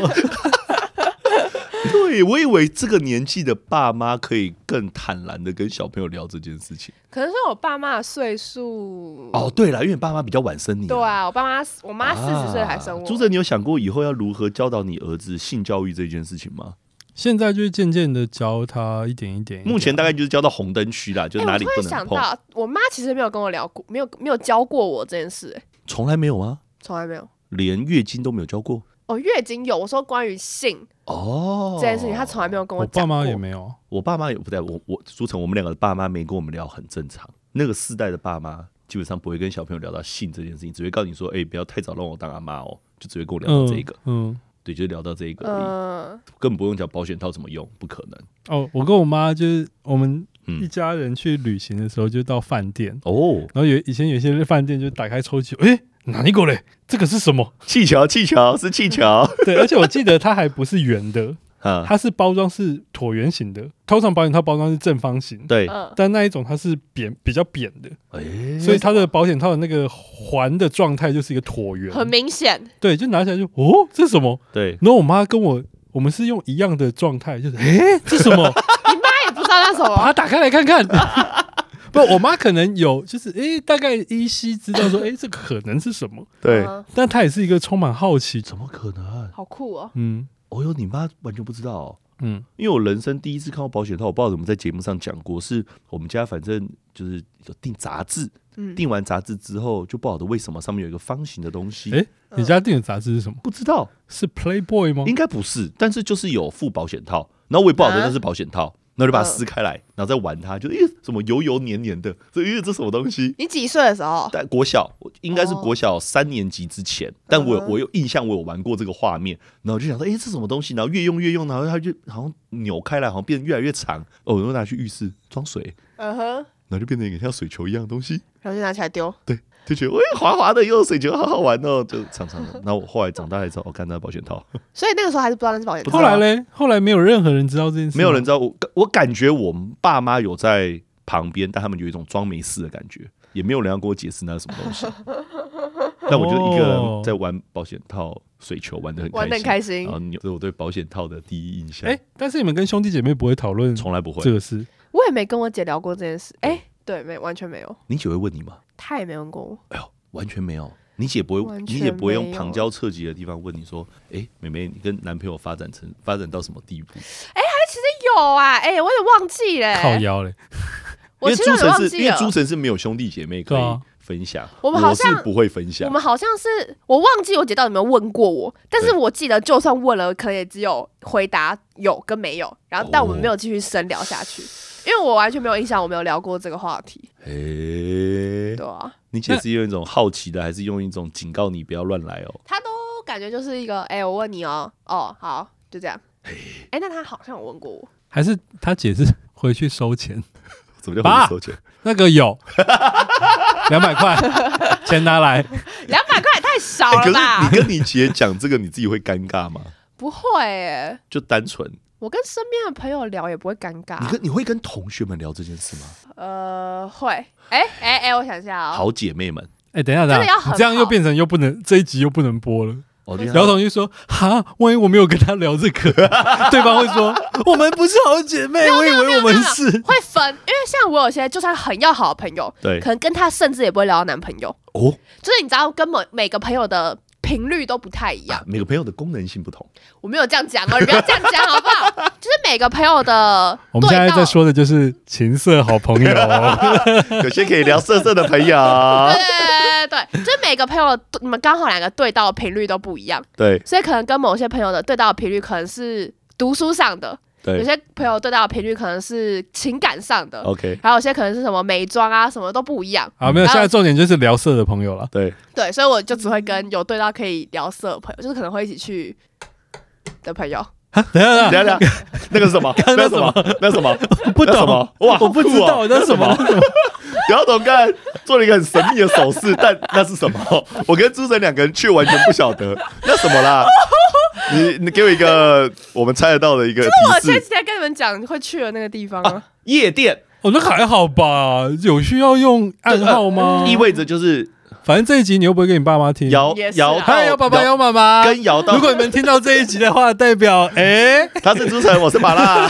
Speaker 1: 对，我以为这个年纪的爸妈可以更坦然的跟小朋友聊这件事情。
Speaker 2: 可能是我爸妈的岁数，
Speaker 1: 哦，对了，因为你爸妈比较晚生你、
Speaker 2: 对，啊，我爸妈我妈四十岁还生我，
Speaker 1: 啊朱哲，你有想过以后要如何教导你儿子性教育这件事情吗？
Speaker 3: 现在就是渐渐的教他一点一点一点
Speaker 1: 目前大概就是教到红灯区啦，就
Speaker 2: 哎、
Speaker 1: 哪
Speaker 2: 我
Speaker 1: 里
Speaker 2: 突
Speaker 1: 不
Speaker 2: 然
Speaker 1: 能
Speaker 2: 想
Speaker 1: 碰，
Speaker 2: 到，我妈其实没有跟我聊过，没有没有教过我这件事、哎，
Speaker 1: 从来没有啊，
Speaker 2: 从来没有。
Speaker 1: 连月经都没有教过。
Speaker 2: 哦，月经有，我说关于性
Speaker 1: 哦，
Speaker 2: 这件事情，他从来没有跟
Speaker 3: 我
Speaker 2: 讲
Speaker 3: 爸
Speaker 2: 过。
Speaker 3: 妈也没有，
Speaker 1: 我爸妈也不在，我我朱晨，我们两个的爸妈没跟我们聊，很正常。那个世代的爸妈基本上不会跟小朋友聊到性这件事情，只会告诉你说，哎、不要太早让我当阿妈哦，就只会跟我聊到这个，
Speaker 3: 嗯，
Speaker 1: 对，就聊到这个而已。
Speaker 2: 嗯，
Speaker 1: 根本不用讲保险套怎么用，不可能。
Speaker 3: 嗯哦，我跟我妈就是我们
Speaker 1: 嗯
Speaker 3: 一家人去旅行的时候，就到饭店，
Speaker 1: 哦，
Speaker 3: 然后有以前有些饭店就打开抽屉，哎、哪一个嘞？这个是什么？
Speaker 1: 气球，气球是气球
Speaker 3: 对，而且我记得它还不是圆的，
Speaker 1: 啊，
Speaker 3: 它是包装是椭圆形的。通常保险套包装是正方形，
Speaker 1: 对，
Speaker 2: 嗯，
Speaker 3: 但那一种它是扁，比较扁的，
Speaker 1: 哎，
Speaker 3: 所以它的保险套的那个环的状态就是一个椭
Speaker 2: 很
Speaker 3: 圆。
Speaker 2: 明显，
Speaker 3: 对，就拿起来就哦，这是什么？
Speaker 1: 对，
Speaker 3: 然后我妈跟我，我们是用一样的状态，就是哎，这什么？
Speaker 2: 他也不知道那什
Speaker 3: 把
Speaker 2: 么。
Speaker 3: 它打开来看看。 不，我妈可能有，就是诶、大概依稀知道说，诶、这可能是什么，
Speaker 1: 对，
Speaker 2: 嗯
Speaker 3: 但她也是一个充满好奇，
Speaker 1: 怎么可能？
Speaker 2: 好酷哦！
Speaker 3: 嗯
Speaker 1: 哦哟，你妈完全不知道哦、
Speaker 3: 嗯，
Speaker 1: 因为我人生第一次看到保险套，我不知道怎么在节目上讲过，是我们家反正就是有订杂志，
Speaker 2: 嗯
Speaker 1: 订完杂志之后就不晓得为什么上面有一个方形的东西，
Speaker 3: 诶、你家订的杂志是什么？
Speaker 1: 不知道
Speaker 3: 是 Playboy 吗
Speaker 1: 嗯应？该不是，但是就是有附保险套，然后我也不晓得
Speaker 2: 啊
Speaker 1: 那是保险套，那就把它
Speaker 2: 嗯
Speaker 1: 撕开来，然后再玩它，就诶、怎么油油黏黏的，这诶、这什么东西？
Speaker 2: 你几岁的时候？
Speaker 1: 但国小我应该是
Speaker 2: 哦
Speaker 1: 国小三年级之前，但我有
Speaker 2: 嗯哼
Speaker 1: 我有印象，我有玩过这个画面，然后我就想说，诶，这什么东西？然后越用越用，然后它就好像扭开来，好像变得越来越长。哦，我就拿去浴室装水，
Speaker 2: 嗯哼，
Speaker 1: 然后就变成一个像水球一样的东西，
Speaker 2: 然后就拿起来丢。
Speaker 1: 就觉得哎、滑滑的，又有水球，好好玩哦，就常常。然后我后来长大才知道，我看那保险套，
Speaker 2: 所以那个时候还是不知道那是保险
Speaker 1: 不
Speaker 3: 后
Speaker 1: 知
Speaker 2: 套
Speaker 1: 道。
Speaker 3: 来嘞，后来没有任何人知道这件 事，
Speaker 1: 没有人。知道。我我感觉我爸妈有在旁边，但他们有一种装没事的感觉，也没有人要跟我解释那是什么东 西。但我就一个人在玩保险套水球，玩的很开心，哦
Speaker 2: 玩得很开心
Speaker 1: 然后你这是我对保险套的第一印象，
Speaker 3: 哎，但是你们跟兄弟姐妹不会讨论
Speaker 1: 从来不会
Speaker 3: 这。个事，
Speaker 2: 我也没跟我姐聊过这件事。哎、对，没完全没有，
Speaker 1: 你姐会问你吗？
Speaker 2: 她也没问过我。
Speaker 1: 哎呦，完全没有。你姐不会，
Speaker 2: 完
Speaker 1: 你
Speaker 2: 全
Speaker 1: 姐不会用
Speaker 2: 没有
Speaker 1: 旁敲侧击的地方问你说：“哎、妹妹，你跟男朋友发展成发展到什么地步？”
Speaker 2: 有啊，哎、我有点忘记嘞、
Speaker 3: 靠腰嘞。
Speaker 1: 因
Speaker 2: 我
Speaker 1: 为
Speaker 2: 其
Speaker 1: 朱
Speaker 2: 实有点
Speaker 1: 晨
Speaker 2: 忘
Speaker 1: 是因
Speaker 2: 记
Speaker 1: 为
Speaker 2: 了。
Speaker 1: 朱晨是没有兄弟姐妹可
Speaker 3: 对
Speaker 1: 以
Speaker 3: 啊
Speaker 1: 分享，
Speaker 2: 我们好像
Speaker 1: 是不会分
Speaker 2: 我
Speaker 1: 享。
Speaker 2: 们好像是我忘记我姐到底有没有问过我，但是
Speaker 1: 对
Speaker 2: 我记得就算问了，可能也只有回答有跟没有，然后但我们
Speaker 1: 哦
Speaker 2: 没有继续深聊下去，因为我完全没有印象，我没有聊过这个话题，
Speaker 1: 诶、
Speaker 2: 对啊，
Speaker 1: 你姐是用一种好奇的，还是用一种警告你不要乱来哦？
Speaker 2: 她都感觉就是一个，哎、我问你哦，哦，好，就这样，哎、那她好像有问过我，
Speaker 3: 还是他姐是 回去收钱，
Speaker 1: 怎么叫
Speaker 3: 爸
Speaker 1: 回收钱？
Speaker 3: 那个 有两百块，钱拿来。
Speaker 2: 两百块也太少
Speaker 1: 哎可
Speaker 2: 了吧？
Speaker 1: 是你跟你姐讲这个，你自己会尴尬吗？
Speaker 2: 不会、哎，
Speaker 1: 就单纯，
Speaker 2: 我跟身边的朋友聊也不会尴尬
Speaker 1: 你，跟你会跟同学们聊这件事吗？
Speaker 2: 呃，会，哎哎哎，我想一下啊、哦，
Speaker 1: 好姐妹们，
Speaker 3: 哎、等一下，等一
Speaker 2: 真的要
Speaker 3: 下，
Speaker 2: 很
Speaker 3: 你这样又
Speaker 2: 好啊
Speaker 3: 变成又不能这一集又不能播了。
Speaker 1: 哦，就像
Speaker 3: 姚童就说：“哈，万一我没有跟他聊这个， 对方会说我们不是好姐妹，我以为我们是。
Speaker 2: 会分，因为像我有些就算很要好的朋友，
Speaker 1: 对
Speaker 2: 可能跟他甚至也不会聊到男朋友，
Speaker 1: 哦，
Speaker 2: 就是你知道，跟每每个朋友的频率都不太一样。
Speaker 1: 每个朋友的功能性不同，
Speaker 2: 我没有这样讲哦，你不要这样讲好 不好？就是每个朋友的”
Speaker 3: 我们现
Speaker 2: 对
Speaker 3: 在
Speaker 2: 到，
Speaker 3: 在说的就是情色好朋友，哦
Speaker 1: 有些可以聊色色的朋友，啊
Speaker 2: 对对对对对，就是每个朋友你们刚好两个对到的频率都不一样，
Speaker 1: 对
Speaker 2: 所以可能跟某些朋友的对到的频率可能是读书上的，有
Speaker 1: 对哦
Speaker 2: 些朋友对到的频率可能是情感上的，
Speaker 1: ，OK，
Speaker 2: 还有些可能是什么美妆啊，什么都不一样。
Speaker 3: 啊， 没有。
Speaker 2: 然后
Speaker 3: 现在重点就是聊色的朋友了。
Speaker 1: 对，
Speaker 2: 对，所以我就只会跟有对到可以聊色的朋友，就是可能会一起去的朋友。
Speaker 3: 啊等一下，
Speaker 1: 等
Speaker 3: 等
Speaker 1: 一下等一下，那个是什么？那
Speaker 3: 那
Speaker 1: 是什么？那是什么？
Speaker 3: 一下，不懂
Speaker 1: 那什么哇
Speaker 3: 我不知
Speaker 1: 好酷
Speaker 3: 道
Speaker 1: 哦
Speaker 3: 那什么。
Speaker 1: 姚总刚才做了一个很神秘的手势，但那是什么？ 我跟朱晨两个人却完全不晓得那什么啦。你你给我一个我们猜得到的一个
Speaker 2: 我
Speaker 1: 提
Speaker 2: 前
Speaker 1: 示，
Speaker 2: 几天跟你们讲会去的那个地方啊，
Speaker 1: 夜店
Speaker 3: 我觉得还好吧，有需要用暗号
Speaker 2: 呃
Speaker 3: 吗？
Speaker 1: 意味着就是
Speaker 3: 反正这一集你又不会给你爸妈听。
Speaker 1: 摇
Speaker 2: 也是啊
Speaker 1: 摇到
Speaker 3: 嗨，姚哎爸爸，姚妈妈。
Speaker 1: 跟摇到
Speaker 3: 如，果你们听到这一集的话，代表哎，
Speaker 1: 他是朱晨，我是马 辣。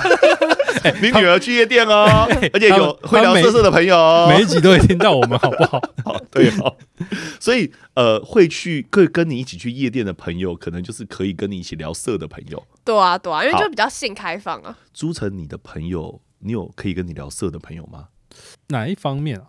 Speaker 1: 你女儿去夜店哦，而且有
Speaker 3: 他
Speaker 1: 会聊色色的朋友哦，
Speaker 3: 每一集都会听到我们，好不好？
Speaker 1: 好对哦。 所以呃，会去会跟你一起去夜店的朋友，可能就是可以跟你一起聊色的朋友。
Speaker 2: 对啊对啊，因为
Speaker 1: 好
Speaker 2: 就比较性开放啊。
Speaker 1: 朱晨，你的朋友，你有可以跟你聊色的朋友吗？
Speaker 3: 哪一方面啊？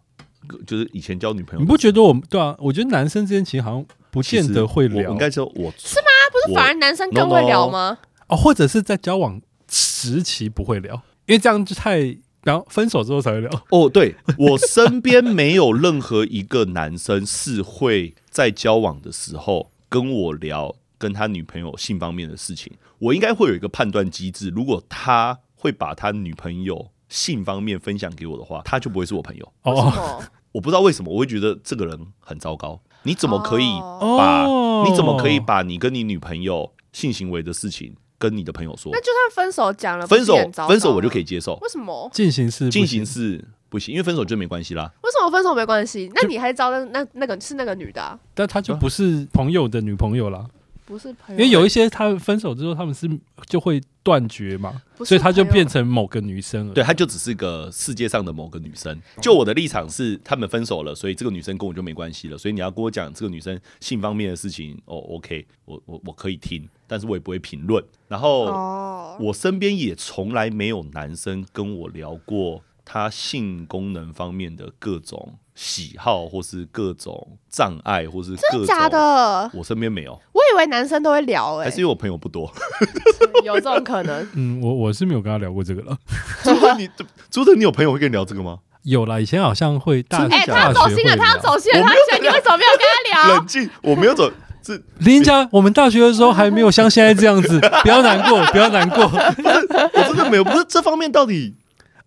Speaker 1: 就是以前交女朋友，
Speaker 3: 你不觉得我们对啊？我觉得男生之间其实好像不
Speaker 1: 其
Speaker 3: 见
Speaker 1: 实
Speaker 3: 得会
Speaker 1: 我
Speaker 3: 聊
Speaker 1: 应，该说我是吗？
Speaker 2: 那不是反而男生更会聊吗？
Speaker 3: 哦，或者是在交往时期不会聊，因为这样就太，然后分手之后才会聊。
Speaker 1: 哦，对我身边没有任何一个男生是会在交往的时候跟我聊跟他女朋友性方面的事情。我应该会有一个判断机制，如果他会把他女朋友性方面分享给我的话，他就不会是我朋友。
Speaker 2: 为什
Speaker 3: 哦
Speaker 2: 么？
Speaker 1: 我不知道为什么，我会觉得这个人很糟糕。你怎么可以
Speaker 2: 哦
Speaker 1: 把、
Speaker 3: 哦
Speaker 1: 你怎么可以把你跟你女朋友性行为的事情跟你的朋友说
Speaker 2: 那？就算分手讲了，
Speaker 1: 分手
Speaker 2: 不是也很糟糕吗
Speaker 1: 分手我就可以接受，
Speaker 2: 为什么？
Speaker 3: 进行式不
Speaker 1: 进行是不行，因为分手就没关系啦。
Speaker 2: 为什么分手没关系？那你还招那那那个是那个女的啊、
Speaker 3: 但他就不是朋友的女朋友啦，
Speaker 1: 啊
Speaker 2: 不是朋
Speaker 3: 因
Speaker 2: 友，
Speaker 3: 为有一些他分手之后，他们是就会断绝嘛，
Speaker 2: 不是
Speaker 3: 所以他就
Speaker 2: 朋友
Speaker 3: 变成某个女生了。。
Speaker 1: 啊对，她就只是个世界上的某个女生。就我的立场是，他们分手了，所以这个女生跟我就没关系了。所以你要跟我讲这个女生性方面的事情，哦，OK，我我我可以听，但是我也不会评论。然后、
Speaker 2: 哦，
Speaker 1: 我身边也从来没有男生跟我聊过他性功能方面的各种喜好，或是各种障碍，或是各种。
Speaker 2: 假的？
Speaker 1: 我身边没有，
Speaker 2: 我以为男生都会聊哎、
Speaker 1: 还是因为我朋友不多。
Speaker 2: 有这种可能
Speaker 3: 嗯，我我是没有跟他聊过这个了。
Speaker 1: 朱德，你朱德，你有朋友会跟你聊这个吗？
Speaker 3: 有啦，以前好像会 大
Speaker 1: 真的
Speaker 2: 哎、
Speaker 1: 假的
Speaker 2: 他要走心了，他要。走心了，他觉得你为什么没有跟他聊
Speaker 1: 冷？静，我没有走，这
Speaker 3: 林家，我们大学的时候还没有像现在这样子，不要难过，不要难过。
Speaker 1: 我真的没有，不哦是这方面到底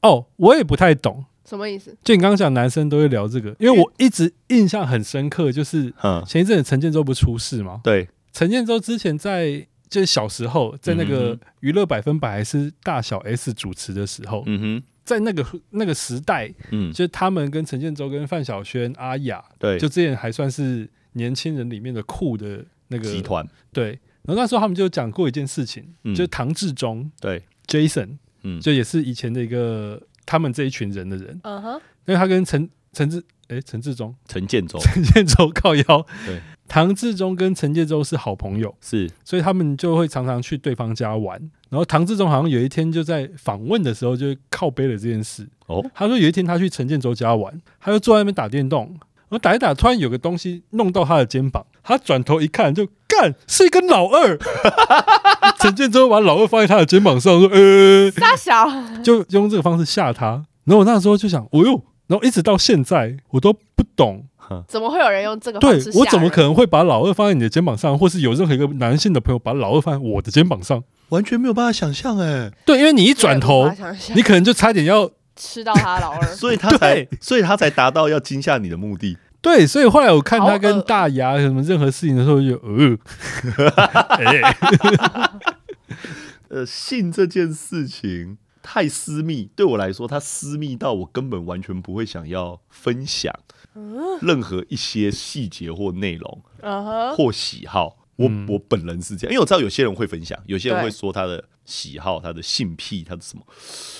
Speaker 3: 哦，我也不太懂。
Speaker 2: 什么意思？
Speaker 3: 就你刚刚讲，男生都会聊这个，因为我一直印象很深刻，就是
Speaker 1: 嗯，
Speaker 3: 前一阵子陈建州不是出事吗？
Speaker 1: 对，
Speaker 3: 陈建州之前在就是小时候，在那
Speaker 1: 嗯
Speaker 3: 个娱乐百分百还是大小 S 主持的时候，
Speaker 1: 嗯
Speaker 3: 在那个那个时代，
Speaker 1: 哼，嗯，
Speaker 3: 就是他们跟陈建州、跟范晓萱、阿雅，
Speaker 1: 对，
Speaker 3: 就之前还算是年轻人里面的酷的那个
Speaker 1: 集团，
Speaker 3: 对。然后那时候他们就讲过一件事情，
Speaker 1: 嗯
Speaker 3: 就是唐志忠
Speaker 1: 对，
Speaker 3: Jason，
Speaker 1: 嗯，
Speaker 3: 就也是以前的一个他们这一群人的人，
Speaker 2: 嗯哼，
Speaker 3: 因为他跟陈陈志诶陈志忠、
Speaker 1: 陈建州
Speaker 3: 陈建州靠腰，
Speaker 1: 对，
Speaker 3: 唐志忠跟陈建州是好朋友，
Speaker 1: 是，
Speaker 3: 所以他们就会常常去对方家玩。然后唐志忠好像有一天就在访问的时候就靠背了这件事。
Speaker 1: 哦，
Speaker 3: 他说有一天他去陈建州家玩，他就坐在那边打电动，然后打一打，突然有个东西弄到他的肩膀，他转头一看就干是一根老二。 陈建州把老二放在他的肩膀上，说：“呃、
Speaker 2: 大小，
Speaker 3: 就用这个方式吓他。”然后我那时候就想：“哦呦！”然后一直到现在我都不懂
Speaker 2: 怎么会有人用这个方
Speaker 3: 对
Speaker 2: 式吓人？
Speaker 3: 我怎么可能会把老二放在你的肩膀上，或是有任何一个男性的朋友把老二放在我的肩膀上？
Speaker 1: 完全没有办法想象哎，
Speaker 3: 对，因为你一转
Speaker 2: 我
Speaker 3: 头
Speaker 2: 也无法，想象
Speaker 3: 你可能就差点要
Speaker 2: 吃到他的老二，
Speaker 1: 所以他才
Speaker 3: 对，
Speaker 1: 所以他才达到要惊吓你的目的。
Speaker 3: 对，所以后来我看
Speaker 2: 好
Speaker 3: 他
Speaker 2: 恶
Speaker 3: 跟大牙什么任何事情的时候就，呃，哎
Speaker 1: 呃，性这件事情太私密，对我来说，它私密到我根本完全不会想要分享任何一些细节或内容
Speaker 2: 嗯哼，
Speaker 1: 或喜好。我
Speaker 3: 嗯
Speaker 1: 我本人是这样，因为我知道有些人会分享，有些人
Speaker 2: 对
Speaker 1: 会说他的喜好、他的性癖、他的什么，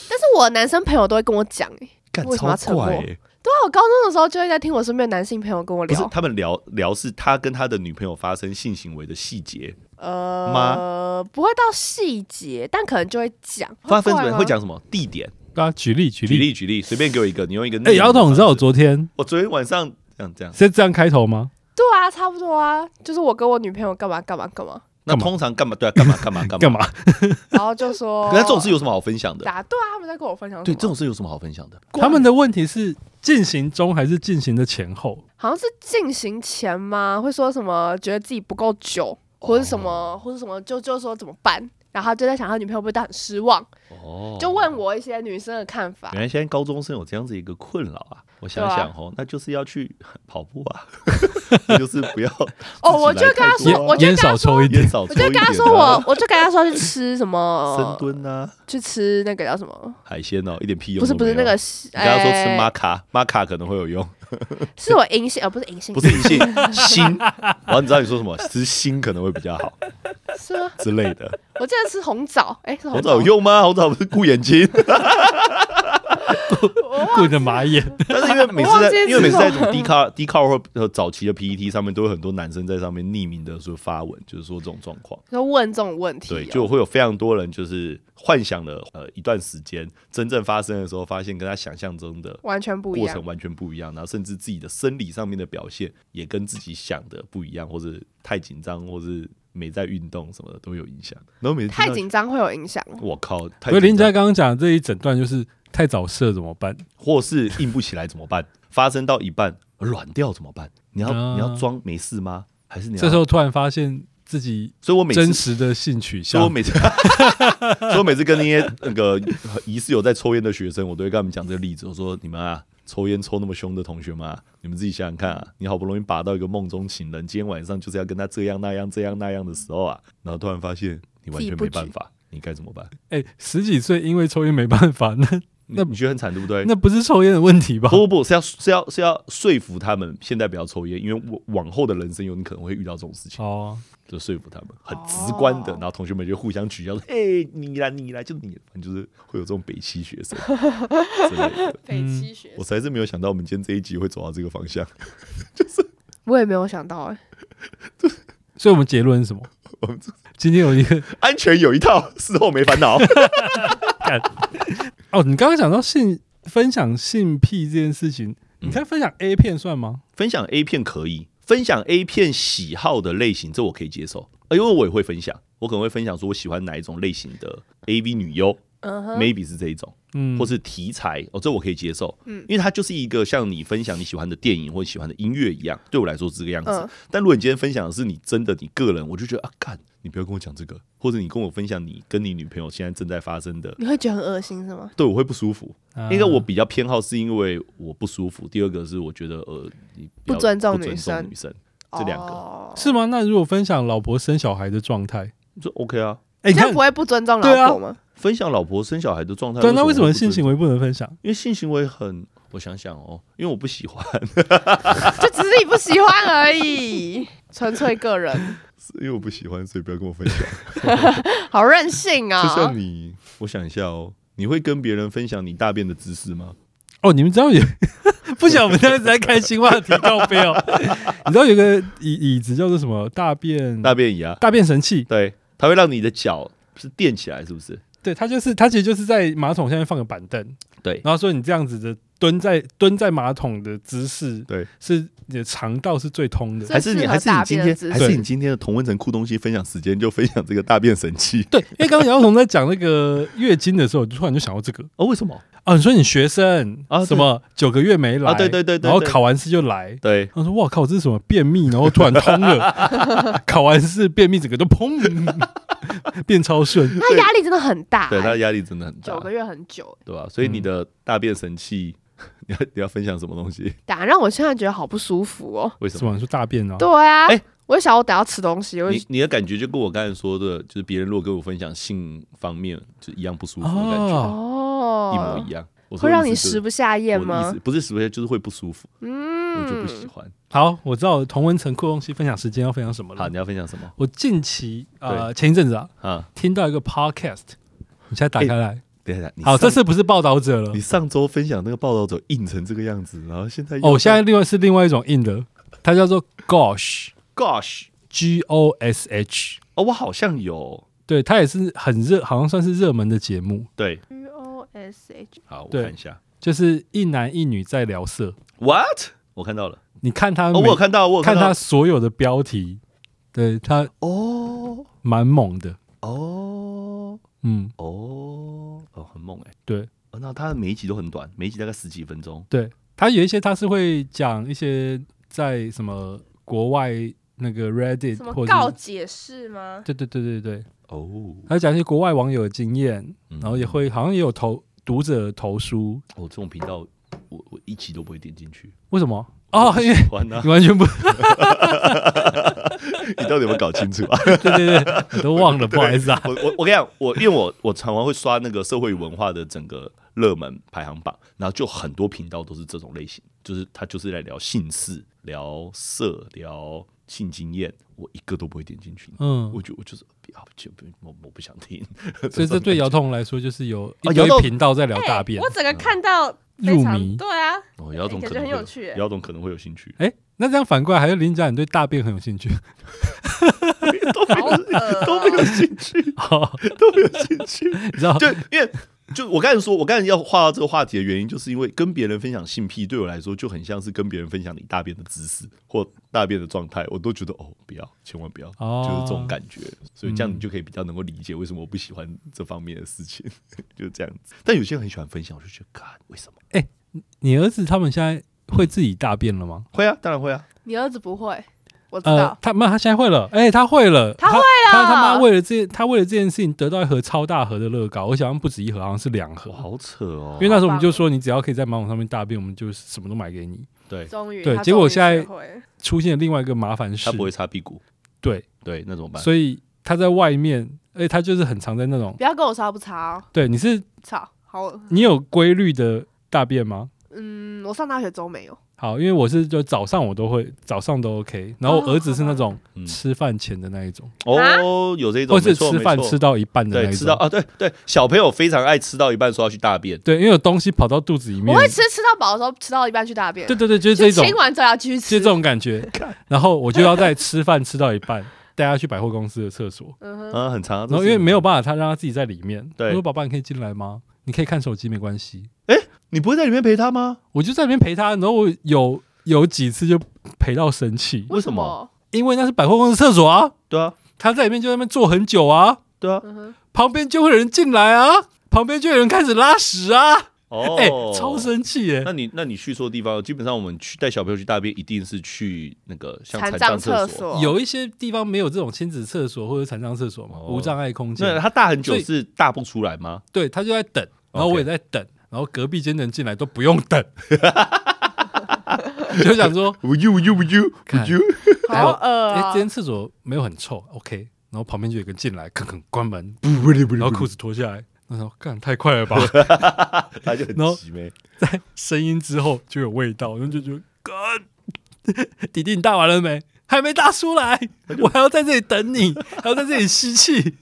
Speaker 2: 但是我男生朋友都会跟我讲、欸，
Speaker 1: 干
Speaker 2: 为什
Speaker 1: 超
Speaker 2: 么要沉默
Speaker 1: 怪、欸。
Speaker 2: 对啊，我高中的时候就会在听我身边的男性朋友跟我
Speaker 1: 不是
Speaker 2: 聊，
Speaker 1: 他们聊聊是他跟他的女朋友发生性行为的细节，
Speaker 2: 呃，不会到细节，但可能就会讲，
Speaker 1: 发生什
Speaker 2: 怪哦
Speaker 1: 么
Speaker 2: 吗
Speaker 1: 会，讲什么地点，
Speaker 3: 大家啊举例举
Speaker 1: 举
Speaker 3: 例。
Speaker 1: 例举例，随便给我一个，你用一个。
Speaker 3: 哎，姚总，你知道我昨天
Speaker 1: 我昨天晚上这样这样，
Speaker 3: 是这样开头吗？
Speaker 2: 对啊，差不多啊，就是我跟我女朋友干嘛干嘛干嘛，
Speaker 1: 那
Speaker 3: 干嘛
Speaker 1: 通常干嘛？对啊，干嘛 干嘛干嘛
Speaker 3: 干？嘛？
Speaker 2: 然后就说，
Speaker 1: 可是这种事有什么好分享的？
Speaker 2: 答对啊，他们在跟我分享什么，
Speaker 1: 对，这种事有什么好分享的？
Speaker 3: 他们的问题是进行中还是进行的前后？
Speaker 2: 好像是进行前吗？会说什么觉得自己不够久，
Speaker 1: 哦
Speaker 2: 或者什么，或者什么，就就说怎么办？然后他就在想他女朋友会不会对他很失望，
Speaker 1: 哦
Speaker 2: 就问我一些女生的看法
Speaker 1: 原。来现在高中生有这样子一个困扰啊！我想想哦，那就是要去跑步 啊，那就是不 要
Speaker 2: 哦，我就跟他
Speaker 1: 自己来太多啊
Speaker 2: 说，我就
Speaker 3: 烟
Speaker 2: 跟他
Speaker 3: 少抽一点
Speaker 1: 烟。少
Speaker 2: 我
Speaker 1: 抽
Speaker 2: 就
Speaker 1: 一
Speaker 2: 跟
Speaker 1: 点
Speaker 2: 他
Speaker 1: 啊，
Speaker 2: 说我，我就跟他说去吃什么
Speaker 1: 深，蹲啊，
Speaker 2: 去吃那个叫什么？
Speaker 1: 海鲜哦，一点屁用
Speaker 2: 不是
Speaker 1: 都
Speaker 2: 不
Speaker 1: 没
Speaker 2: 是
Speaker 1: 有
Speaker 2: 那个，
Speaker 1: 你刚刚说吃
Speaker 2: 哎
Speaker 1: 玛卡，玛卡可能会有用，
Speaker 2: 是我银杏，呃，不是银杏，
Speaker 1: 不是银杏 锌。然后你知道你说什么？吃锌可能会比较好
Speaker 2: 是吗？
Speaker 1: 之类 的。
Speaker 2: 我记得吃红枣，哎，是
Speaker 1: 红
Speaker 2: 枣
Speaker 1: 枣有用吗？红枣不是顾眼 睛，
Speaker 3: 顾着马眼，
Speaker 1: 但是因为每次
Speaker 2: 我忘
Speaker 1: 在
Speaker 2: 记
Speaker 1: 因为每次
Speaker 2: 吃
Speaker 1: 在
Speaker 2: 了
Speaker 1: 什么 d c a r d c a r 或早期的 PET 上面都有很多男生在上面匿名的说发文，就是说这种状况。
Speaker 2: 就问这种问题哦，
Speaker 1: 对，就会有非常多人就是幻想了呃一段时间，真正发生的时候，发现跟他想象中的
Speaker 2: 完全不一
Speaker 1: 过
Speaker 2: 样
Speaker 1: 程。完全不一样，然后甚至自己的生理上面的表现也跟自己想的不一样，或者太紧张，或是没在运动什么的都有影响。然后每次听
Speaker 2: 太
Speaker 1: 到，
Speaker 2: 紧张会有影响，
Speaker 1: 我靠， 太
Speaker 3: 所以林
Speaker 1: 紧
Speaker 3: 家
Speaker 1: 张，
Speaker 3: 刚刚讲的这一整段就是太早射怎么办？
Speaker 1: 或是硬不起来怎么办？发生到一半软掉怎么办？你要、
Speaker 3: 啊
Speaker 1: 你要装没事吗？还是你要？
Speaker 3: 这时候突然发现自己
Speaker 1: 所以我每次
Speaker 3: 真实的性取
Speaker 1: 所以我
Speaker 3: 向，
Speaker 1: 每次， 所以我每次跟那些那个疑似有在抽烟的学生，我都会跟他们讲这个例子，我说你们啊，抽烟抽那么凶的同学们、啊，你们自己想想看啊，你好不容易把到一个梦中情人，今天晚上就是要跟他这样那样这样那样的时候啊，然后突然发现你完全没办法，你该怎么办？
Speaker 3: 哎，十几岁因为抽烟没办法，那
Speaker 1: 那你觉得很惨对不对？
Speaker 3: 那不是抽烟的问题吧？
Speaker 1: 不不不是要是要是要说服他们现在不要抽烟，因为往往后的人生有你可能会遇到这种事情，
Speaker 3: 哦，
Speaker 1: 就说服他们很直观的，
Speaker 2: 哦
Speaker 1: 然后同学们就互相取笑 说：“哎、你啦你啦，就你，反正就是会有这种北七学 生。”之类的。
Speaker 2: 北
Speaker 3: 七
Speaker 2: 学
Speaker 1: 我实在是没有想到我们今天这一集会走到这个方向。
Speaker 2: 我也没有想到哎、
Speaker 3: 所以我们结论是什么
Speaker 1: 我们？
Speaker 3: 今天有一个
Speaker 1: 安全有一套，事后没烦 恼。
Speaker 3: 哦，你刚刚讲到性分享性癖这件事情，
Speaker 1: 嗯
Speaker 3: 你看分享 A 片算吗？
Speaker 1: 分享 A 片可以，分享 A 片喜好的类型，这我可以接受，呃因为我也会分享，我可能会分享说我喜欢哪一种类型的 AV 女优、
Speaker 2: 嗯哼，
Speaker 1: m a y b e 是这一种，
Speaker 3: 嗯，
Speaker 1: 或是题材，哦，这我可以接受，嗯，因为它就是一个像你分享你喜欢的电影或喜欢的音乐一样，对我来说是这个样子。
Speaker 2: 嗯
Speaker 1: 但如果你今天分享的是你真的你个人，我就觉得啊，干，你不要跟我讲这个，或者你跟我分享你跟你女朋友现在正在发生的，
Speaker 2: 你会觉得很恶心是吗？
Speaker 1: 对我会不舒服。
Speaker 3: 啊
Speaker 1: 一个我比较偏好是因为我不舒服，第二个是我觉得呃，你
Speaker 2: 不
Speaker 1: 要
Speaker 2: 尊重
Speaker 1: 不尊
Speaker 2: 女
Speaker 1: 重
Speaker 2: 生
Speaker 1: 女生，这两个
Speaker 2: 哦
Speaker 3: 是吗？那如果分享老婆生小孩的状态，
Speaker 1: 这 OK 啊。
Speaker 3: 哎，你
Speaker 2: 这样
Speaker 3: 看
Speaker 2: 不，会不尊重
Speaker 3: 对啊
Speaker 2: 老婆吗？
Speaker 1: 分享老婆生小孩的状态，
Speaker 3: 对，啊那为什么
Speaker 1: 会不
Speaker 3: 性
Speaker 1: 尊
Speaker 3: 行
Speaker 1: 重？
Speaker 3: 为不能分享？
Speaker 1: 因为性行为很，我想想哦，因为我不喜欢，
Speaker 2: 就只是你不喜欢而已，纯粹个人，
Speaker 1: 是 因为我不喜欢，所以不要跟我分享。
Speaker 2: 好任性啊！
Speaker 1: 就像你，我想一下哦，你会跟别人分享你大便的姿势吗？
Speaker 3: 哦，你们知道 有不想我们现在在看新 话题告杯哦。你知道有个椅椅子叫做什么？大便
Speaker 1: 大便仪啊，
Speaker 3: 大便神器，
Speaker 1: 对，它会让你的脚是垫起来，是不是？
Speaker 3: 对，它就是它其实就是在马桶下面放个板凳，
Speaker 1: 对
Speaker 3: 然后说你这样子的蹲在蹲在马桶的姿势，
Speaker 1: 对，
Speaker 3: 是你的肠道是最通的。
Speaker 2: 最
Speaker 1: 还是
Speaker 2: 适
Speaker 1: 你
Speaker 2: 合
Speaker 1: 还是你
Speaker 2: 大
Speaker 1: 今
Speaker 2: 便的
Speaker 1: 天
Speaker 2: 姿势
Speaker 1: 还是你今天的同温层酷东西分享时间就分享这个大便神器
Speaker 3: 对，因为刚刚姚总在讲那个月经的时候，我就突然就想到这个
Speaker 1: 哦？为什么？
Speaker 3: 啊，你说你学生
Speaker 1: 啊对
Speaker 3: 什么九个月没来，
Speaker 1: 啊对对对对
Speaker 3: 然后
Speaker 1: 对
Speaker 3: 考完试就来，
Speaker 1: 对，
Speaker 3: 他说：“哇靠，这是什么便秘？然后突然通了， 考完试便秘整个都砰 变超顺。
Speaker 2: 他压力真的很大、
Speaker 1: 对，它的
Speaker 2: 欸，
Speaker 1: 压力真的很大
Speaker 2: 九，个月很久、欸
Speaker 1: 对吧？所以你的大便神器， 你要你要分享什么东西？
Speaker 2: 欸，打让我现在觉得好不舒服哦。
Speaker 1: 为”什
Speaker 3: 什
Speaker 1: 么？
Speaker 3: 么？你说大便啊？
Speaker 2: 对啊，
Speaker 1: 哎
Speaker 2: 我就想我等下吃东西，我就
Speaker 1: 你你的感觉就跟我刚才说的，就是别人如果跟我分享性方面，就一样不舒服的感觉，
Speaker 3: 啊，
Speaker 2: 哦，
Speaker 1: 一模一样。我说
Speaker 2: 会
Speaker 1: 的
Speaker 2: 让
Speaker 1: 意
Speaker 2: 你
Speaker 1: 思就是
Speaker 2: 食不下咽
Speaker 1: 我的意
Speaker 2: 吗
Speaker 1: 思？不是食不下，就是会不舒服，我就不喜
Speaker 2: 嗯，
Speaker 1: 欢。
Speaker 3: 好，我知道同温层酷东西分享时间要分享什么
Speaker 1: 好，
Speaker 3: 了。
Speaker 1: 你要分享什么
Speaker 3: 我近期呃前一阵子啊
Speaker 1: 啊？
Speaker 3: 听到一个 podcast，你现在打开来，
Speaker 1: 等一哎下，你
Speaker 3: 好，这
Speaker 1: 上
Speaker 3: 次不是报道者了
Speaker 1: 你，上周分享那个报道者印成这个样子，然后现在又
Speaker 3: 哦，我现在另外是另外一种硬的，它叫做 Gosh，G
Speaker 1: gosh，
Speaker 3: O S H，
Speaker 1: 哦，我好像有
Speaker 3: 对，它也是很热，好像算是热门的节目，
Speaker 1: 对，
Speaker 2: ，G O S H，
Speaker 1: 好，我
Speaker 3: 对
Speaker 1: 看一下
Speaker 3: 就是一男一女在聊色。
Speaker 1: what，我看到了，
Speaker 3: 你看他
Speaker 1: 哦，
Speaker 3: 每
Speaker 1: 我有看到，我有
Speaker 3: 看
Speaker 1: 到
Speaker 3: 他，所有的标题，对他
Speaker 1: 哦
Speaker 3: 蛮猛的，
Speaker 1: 哦
Speaker 3: 嗯，
Speaker 1: 哦哦，很猛哎，
Speaker 3: 对
Speaker 1: 哦，那他的每一集都很短，每一集大概十几分钟，
Speaker 3: 对，他有一些他是会讲一些在什么国外那个 Reddit
Speaker 2: 什么
Speaker 3: 或者
Speaker 2: 告
Speaker 3: 是
Speaker 2: 解释吗？
Speaker 3: 对对对对对，
Speaker 1: 哦，
Speaker 3: 他讲一些国外网友的经验，
Speaker 1: 嗯
Speaker 3: 然后也会好像也有投读者投书，
Speaker 1: 哦，这种频道我我一集都不会点进去，
Speaker 3: 为什么？哦，因为
Speaker 1: 喜欢啊
Speaker 3: 你，完全不
Speaker 1: 你到底有没有搞清楚啊？
Speaker 3: 对对对，我都忘 了，不好意思啊。
Speaker 1: 我我我跟你讲，我因为我我常常会刷那个社会与文化的整个热门排行榜，然后就很多频道都是这种类型，就是他就是来聊性事、聊色、聊性经验，我一个都不会点进去。
Speaker 3: 嗯
Speaker 1: 我，就我就是不要就不我我不想听，
Speaker 3: 所以
Speaker 1: 种
Speaker 3: 这对姚痛来说就是有一
Speaker 1: 哦
Speaker 3: 堆
Speaker 1: 姚痛
Speaker 3: 频道在聊大便
Speaker 2: 哎我，整个看到
Speaker 3: 入
Speaker 2: 非常
Speaker 3: 迷。
Speaker 2: 对啊，
Speaker 1: 哦姚总
Speaker 2: 感
Speaker 1: 可
Speaker 2: 觉
Speaker 1: 能
Speaker 2: 很
Speaker 1: 会
Speaker 2: 有趣耶
Speaker 1: 姚总可能会有兴趣
Speaker 3: 哎，那这样反过来，还是林家你对大便很有兴趣？
Speaker 1: 都没
Speaker 2: 好恶
Speaker 1: 都
Speaker 2: 哦
Speaker 1: 没有兴趣，
Speaker 3: 哦，
Speaker 1: 都没有兴趣。
Speaker 3: 你知 道
Speaker 1: 就因为就我刚才说，我刚才要画到这个话题的原因，就是因为跟别人分享性癖对我来说就很像是跟别人分享你大便的姿势或大便的状态，我都觉得哦，不要，千万不要，
Speaker 3: 哦
Speaker 1: 就是这种感觉。所以这样
Speaker 3: 嗯
Speaker 1: 你就可以比较能够理解为什么我不喜欢这方面的事情， 就这样子。但有些人很喜欢分享，我就觉得，干，为什么？
Speaker 3: 你儿子他们现在会自己大便了吗？
Speaker 1: 会啊，当然会啊。
Speaker 2: 你儿子不会，我知
Speaker 3: 呃
Speaker 2: 道，，
Speaker 3: 他妈他现在会了，哎、他会了，
Speaker 2: 他会
Speaker 3: 他他妈
Speaker 2: 了
Speaker 3: 为了这他为了这件事情得到一盒超大盒的乐高，我想不止一盒，好像是两盒
Speaker 1: 我。好扯哦，
Speaker 3: 因为那时候我们
Speaker 2: 棒
Speaker 3: 就说，你只要可以在马桶上面大便，我们就什么都买给你。
Speaker 1: 对
Speaker 2: 终于
Speaker 3: 呃对
Speaker 2: 他
Speaker 3: 结果
Speaker 2: 终于
Speaker 3: 现在
Speaker 2: 学会了
Speaker 3: 出现另外一个麻烦事
Speaker 1: 他，不会擦屁股，
Speaker 3: 对，
Speaker 1: 对，那怎么办？
Speaker 3: 所以他在外面，哎、他就是很常在那种，
Speaker 2: 不要跟我吵不吵，
Speaker 3: 对，你是
Speaker 2: 吵好恶，
Speaker 3: 你有规律的大便吗？
Speaker 2: 嗯，我上大学都没有，
Speaker 3: 好，因为我是就早上我都会，早上都 OK，然后我
Speaker 2: 哦
Speaker 3: 儿子是那种
Speaker 1: 嗯
Speaker 3: 吃饭前的那一种，
Speaker 1: 哦，有这种，
Speaker 3: 或是
Speaker 1: 没错
Speaker 3: 吃饭
Speaker 1: 没错
Speaker 3: 吃到一半的那
Speaker 1: 对，
Speaker 3: 一种，
Speaker 1: 吃到啊，对对，小朋友非常爱吃到一半说要去大便，
Speaker 3: 对，因为有东西跑到肚子里面，
Speaker 2: 我会吃吃到饱的时候吃到一半去大便，
Speaker 3: 对对对，就是
Speaker 2: 就
Speaker 3: 这种，
Speaker 2: 清完之后要继续
Speaker 3: 就是
Speaker 2: 吃
Speaker 3: 这，种 感觉。然后我就要在吃饭吃到一半， 带他去百货公司的厕所，
Speaker 2: 嗯哼，
Speaker 1: 啊，很长啊。
Speaker 3: 然后
Speaker 1: 这
Speaker 3: 因
Speaker 1: 是
Speaker 3: 为没有办法，他让他自己在里面。
Speaker 1: 对
Speaker 3: 我说：“爸爸，你可以进来吗？你可以看手机，没关系。”
Speaker 1: 你不会在里面陪他吗？
Speaker 3: 我就在那边陪他，然后我有有几次就陪到生气，
Speaker 1: 为什么
Speaker 2: 么？
Speaker 3: 因为那是百货公司厕所啊，
Speaker 1: 对啊，
Speaker 3: 他在里面就在那边坐很久啊，
Speaker 1: 对啊，
Speaker 2: 嗯哼，
Speaker 3: 旁边就会有人进来啊，旁边就有人开始拉屎啊，
Speaker 1: 哦，
Speaker 3: 哎、超生气耶、
Speaker 1: 那你那你去错地方，基本上我们去带小朋友去大便，一定是去那个像
Speaker 2: 残
Speaker 1: 残
Speaker 2: 障
Speaker 1: 障
Speaker 2: 厕
Speaker 1: 所。
Speaker 2: 所
Speaker 3: 有一些地方没有这种亲子厕所或者残障厕所嘛，
Speaker 1: 哦
Speaker 3: 无障碍空
Speaker 1: 那
Speaker 3: 间，
Speaker 1: 他大很久
Speaker 3: 所以
Speaker 1: 是大不出来吗？
Speaker 3: 对他就在等，然后
Speaker 1: OK
Speaker 3: 我也在等，然后隔壁间的人进来都不用 等，就想说，
Speaker 1: 不就不就不就不
Speaker 3: 看
Speaker 1: 就，
Speaker 2: 好恶
Speaker 3: 哎、
Speaker 2: 啊
Speaker 3: 这！间厕所没有很臭，OK，然后旁边就有一个进来，吭 吭 关门，然后裤子脱下来，然后干太快了吧，
Speaker 1: 他就很
Speaker 3: 然后
Speaker 1: 急呗。
Speaker 3: 在声音之后就有味道，然后就觉得干， 弟弟你大完了没？还没大出来，我还要在这里等你，还要在这里吸气。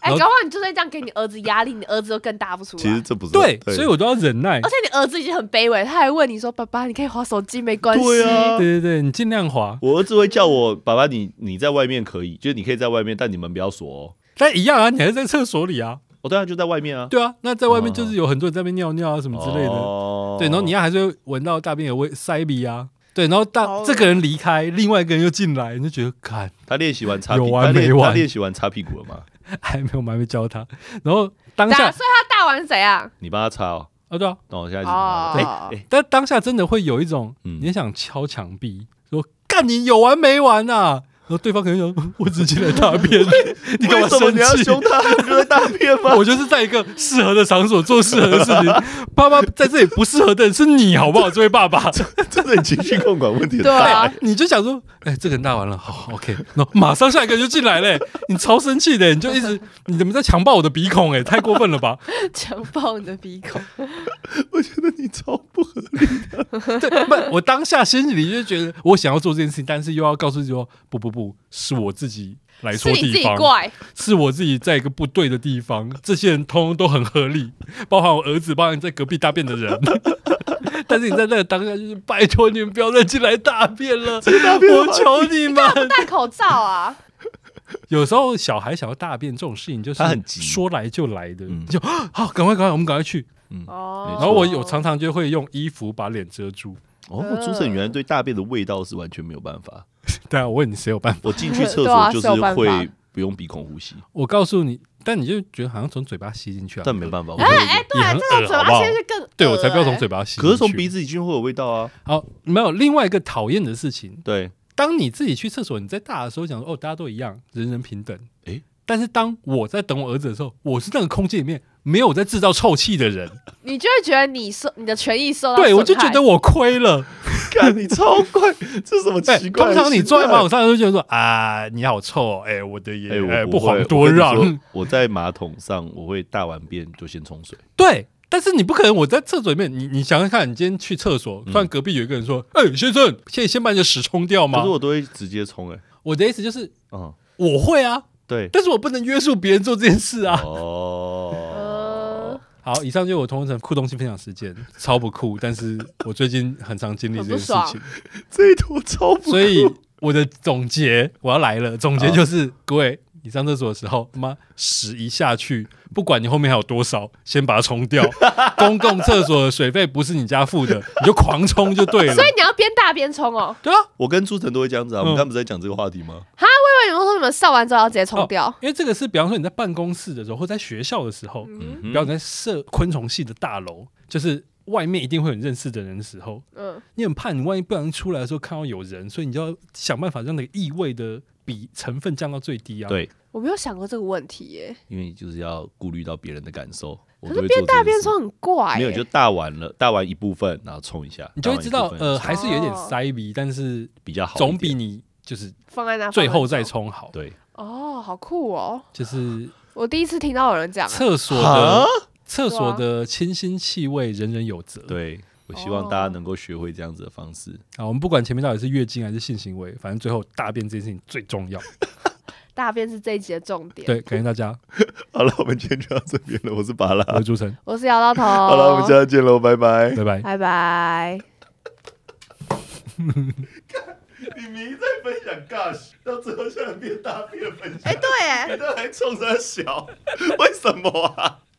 Speaker 2: 哎，
Speaker 3: 然后
Speaker 2: 搞不好你就是这样给你儿子压力，你儿子就更大不出来。
Speaker 1: 其实这不是
Speaker 3: 对，所以我都要忍耐
Speaker 2: 而。且你儿子已经很卑微，他还问你说：“爸爸，你可以划手机，没关系。”
Speaker 1: 对啊
Speaker 3: 对，对对，你尽量滑，
Speaker 1: 我儿子会叫我爸爸你，你在外面可以，就是你可以在外面，但你门不要锁哦。
Speaker 3: 但一样啊，你还是在厕所里啊。
Speaker 1: 我当然就在外面啊，
Speaker 3: 对啊，那在外面就是有很多人在那边尿尿啊什么之类的。
Speaker 1: 哦
Speaker 3: 对，然后你还是会闻到大便有味塞鼻啊。对，然后大
Speaker 2: 哦
Speaker 3: 这个人离开，另外一个人又进来，你就觉得看
Speaker 1: 他练习完擦
Speaker 3: 有
Speaker 1: 屁，
Speaker 3: 完
Speaker 1: 他练
Speaker 3: 没完
Speaker 1: 他练习完擦屁股了吗？
Speaker 3: 还没有，我们还没教他。然后当
Speaker 2: 对
Speaker 3: 下
Speaker 2: 啊，所以他大完怎样？
Speaker 1: 你帮他擦哦，
Speaker 3: 啊，对啊，
Speaker 1: 那我现在就
Speaker 2: 哦
Speaker 1: 哎哎，
Speaker 3: 但当下真的会有一种，
Speaker 1: 嗯
Speaker 3: 你想敲墙壁，说干你有完没完啊？然后对方可能想， 我只进来大便，你干
Speaker 1: 为
Speaker 3: 嘛
Speaker 1: 什么
Speaker 3: 生
Speaker 1: 你要
Speaker 3: 气？
Speaker 1: 凶他？你就在大便 吗？
Speaker 3: 我就是在一个适合的场所做适合的事情。爸爸 在这里不适合的是你，好不好？这位 爸爸，
Speaker 1: 真的情绪控管问题很
Speaker 2: 对
Speaker 1: 大。
Speaker 2: 啊
Speaker 3: 你就想说，哎、这个人大完了，好，OK，那马上下一个就进来嘞、你超生气的、你就一直，你怎么在强暴我的鼻孔、哎，太过分了吧？
Speaker 2: 强暴你的鼻孔，
Speaker 1: 我觉得你超不合理。
Speaker 3: 对，不，我当下心里就觉得我想要做这件事情，但是又要告诉自己说，不不不，是我自己来
Speaker 2: 是
Speaker 3: 错
Speaker 2: 你自
Speaker 3: 地
Speaker 2: 己
Speaker 3: 方，
Speaker 2: 怪。
Speaker 3: 是我自己在一个不对的地方，这些人通通都很合理，包含我儿子，包含在隔壁大便的人。但是你在那个当下，就是拜托你们不要再进来大便了，我求你 们。
Speaker 2: 戴口罩啊！
Speaker 3: 有时候小孩想要大便这种事情，就是
Speaker 1: 他很急
Speaker 3: 说来就来的，
Speaker 1: 嗯
Speaker 3: 就 啊好，赶快赶快，我们赶快去。
Speaker 2: 哦，
Speaker 1: 没错
Speaker 3: 然后我有常常就会用衣服把脸遮住。
Speaker 1: 哦，朱晨原来对大便的味道是完全没有办 法。
Speaker 3: 对啊，我问你谁有办法？
Speaker 1: 我进去厕
Speaker 2: 对啊
Speaker 1: 所就是
Speaker 2: 是有办法
Speaker 1: 会不用鼻孔呼吸，
Speaker 3: 我告诉你，但你就觉得好像从嘴巴吸进去啊，
Speaker 1: 但没办法。我
Speaker 2: 哎
Speaker 1: 会
Speaker 2: 哎，对
Speaker 3: 也
Speaker 2: 啊，
Speaker 3: 很
Speaker 2: 这种嘴
Speaker 3: 恶好
Speaker 2: 巴
Speaker 3: 不好
Speaker 2: 现在就更恶
Speaker 3: 对我才不要从
Speaker 2: 哎
Speaker 3: 嘴巴吸进去。
Speaker 1: 可是从鼻子里进去会有味道啊。
Speaker 3: 好，没有另外一个讨厌的事情，
Speaker 1: 对，
Speaker 3: 当你自己去厕所，你在大的时候讲说哦，大家都一样，人人平等。
Speaker 1: 诶
Speaker 3: 但是当我在等我儿子的时候，我是那个空间里面没有在制造臭气的人，
Speaker 2: 欸你就会觉得你受你的权益受到
Speaker 3: 对
Speaker 2: 损
Speaker 3: 我就觉
Speaker 2: 害
Speaker 3: 得我亏了。
Speaker 1: 看你超怪，这是什么
Speaker 3: 哎，
Speaker 1: 奇怪的习惯？
Speaker 3: 通常你坐在马桶上的时候就觉得说啊，你好臭、哦，哎、我 的
Speaker 1: 哎，
Speaker 3: 也
Speaker 1: 我
Speaker 3: 哎、
Speaker 1: 不
Speaker 3: 不
Speaker 1: 会
Speaker 3: 遑多。
Speaker 1: 我跟你
Speaker 3: 让
Speaker 1: 说。我在马桶上，我会大完便就先冲水。
Speaker 3: 对，但是你不可能我在厕所里面，你你想想看，你今天去厕所，
Speaker 2: 嗯
Speaker 3: 突然隔壁有一个人说，哎、先生，现在先把你的屎冲掉吗？
Speaker 1: 可是我都会直接冲，哎，
Speaker 3: 我的意思就是，
Speaker 1: 嗯，
Speaker 3: 我会啊，
Speaker 1: 对，
Speaker 3: 但是我不能约束别人做这件事啊。
Speaker 1: 哦
Speaker 2: 呃，
Speaker 3: 好，以上就是我同城酷东西分享时间，超不酷，但是我最近很常经历这件事
Speaker 2: 很不
Speaker 3: 情，
Speaker 1: 这一坨超不
Speaker 3: 所以我的总结我要来了，总结就是、各位。你上厕所的时候，他妈屎一下去，不管你后面还有多少，先把它冲掉。公共厕所的水费不是你家付的，你就狂冲就对了。
Speaker 2: 所以你要边大边冲哦。
Speaker 3: 对啊，
Speaker 1: 我跟朱晨都会这样子啊，我们
Speaker 3: 嗯
Speaker 1: 刚不是在讲这个话题吗？啊
Speaker 2: 因为你们说你们上完之后要直接冲掉
Speaker 3: 哦，因为这个是，比方说你在办公室的时候，或在学校的时候，
Speaker 1: 嗯
Speaker 3: 比
Speaker 1: 哼
Speaker 3: 方你在社昆虫系的大楼，就是外面一定会有你认识的人的时候，
Speaker 2: 嗯，
Speaker 3: 你很怕你万一不小心出来的时候看到有人，所以你就要想办法让那个异味的比成分降到最低啊。，
Speaker 1: 对，
Speaker 2: 我没有想过这个问题耶。
Speaker 1: 因为就是要顾虑到别人的感受。我
Speaker 2: 可
Speaker 1: 都
Speaker 2: 是
Speaker 1: 会
Speaker 2: 边
Speaker 1: 做这
Speaker 2: 大
Speaker 1: 件
Speaker 2: 边
Speaker 1: 事
Speaker 2: 冲很怪耶，
Speaker 1: 没有，你就大完了，大完一部分，然后冲一下，
Speaker 3: 你就会知道
Speaker 1: 大完一部分
Speaker 3: 呃还是有一点塞鼻，但是
Speaker 1: 比较好一点，
Speaker 3: 总比你就是
Speaker 2: 放在那
Speaker 3: 最后再
Speaker 2: 放
Speaker 3: 冲好。
Speaker 1: 对
Speaker 2: 哦，好酷哦！
Speaker 3: 就是
Speaker 2: 我第一次听到有人讲，
Speaker 3: 厕所
Speaker 1: 啊
Speaker 3: 的厕所的清新气味，人人有责。
Speaker 1: 对。啊我希望大
Speaker 2: 哦
Speaker 1: 家能够学会这样子的方式。
Speaker 3: 啊，我们不管前面到底是月经还是性行为，反正最后大便这件事情最重要。
Speaker 2: 大便是这一集的重点。
Speaker 3: 对，感谢大家，
Speaker 1: 好了，我们今天就到这边了。我是巴拉，
Speaker 3: 我是朱晨，
Speaker 2: 我是姚大 头，
Speaker 1: 好
Speaker 2: 好
Speaker 1: 了，我们下次见喽，拜拜。
Speaker 3: 拜拜。
Speaker 2: 拜拜。
Speaker 1: 你明明在分享 Gush，到最后现在变大变分享，
Speaker 2: 对耶。
Speaker 1: 你都还冲着小，为什么啊？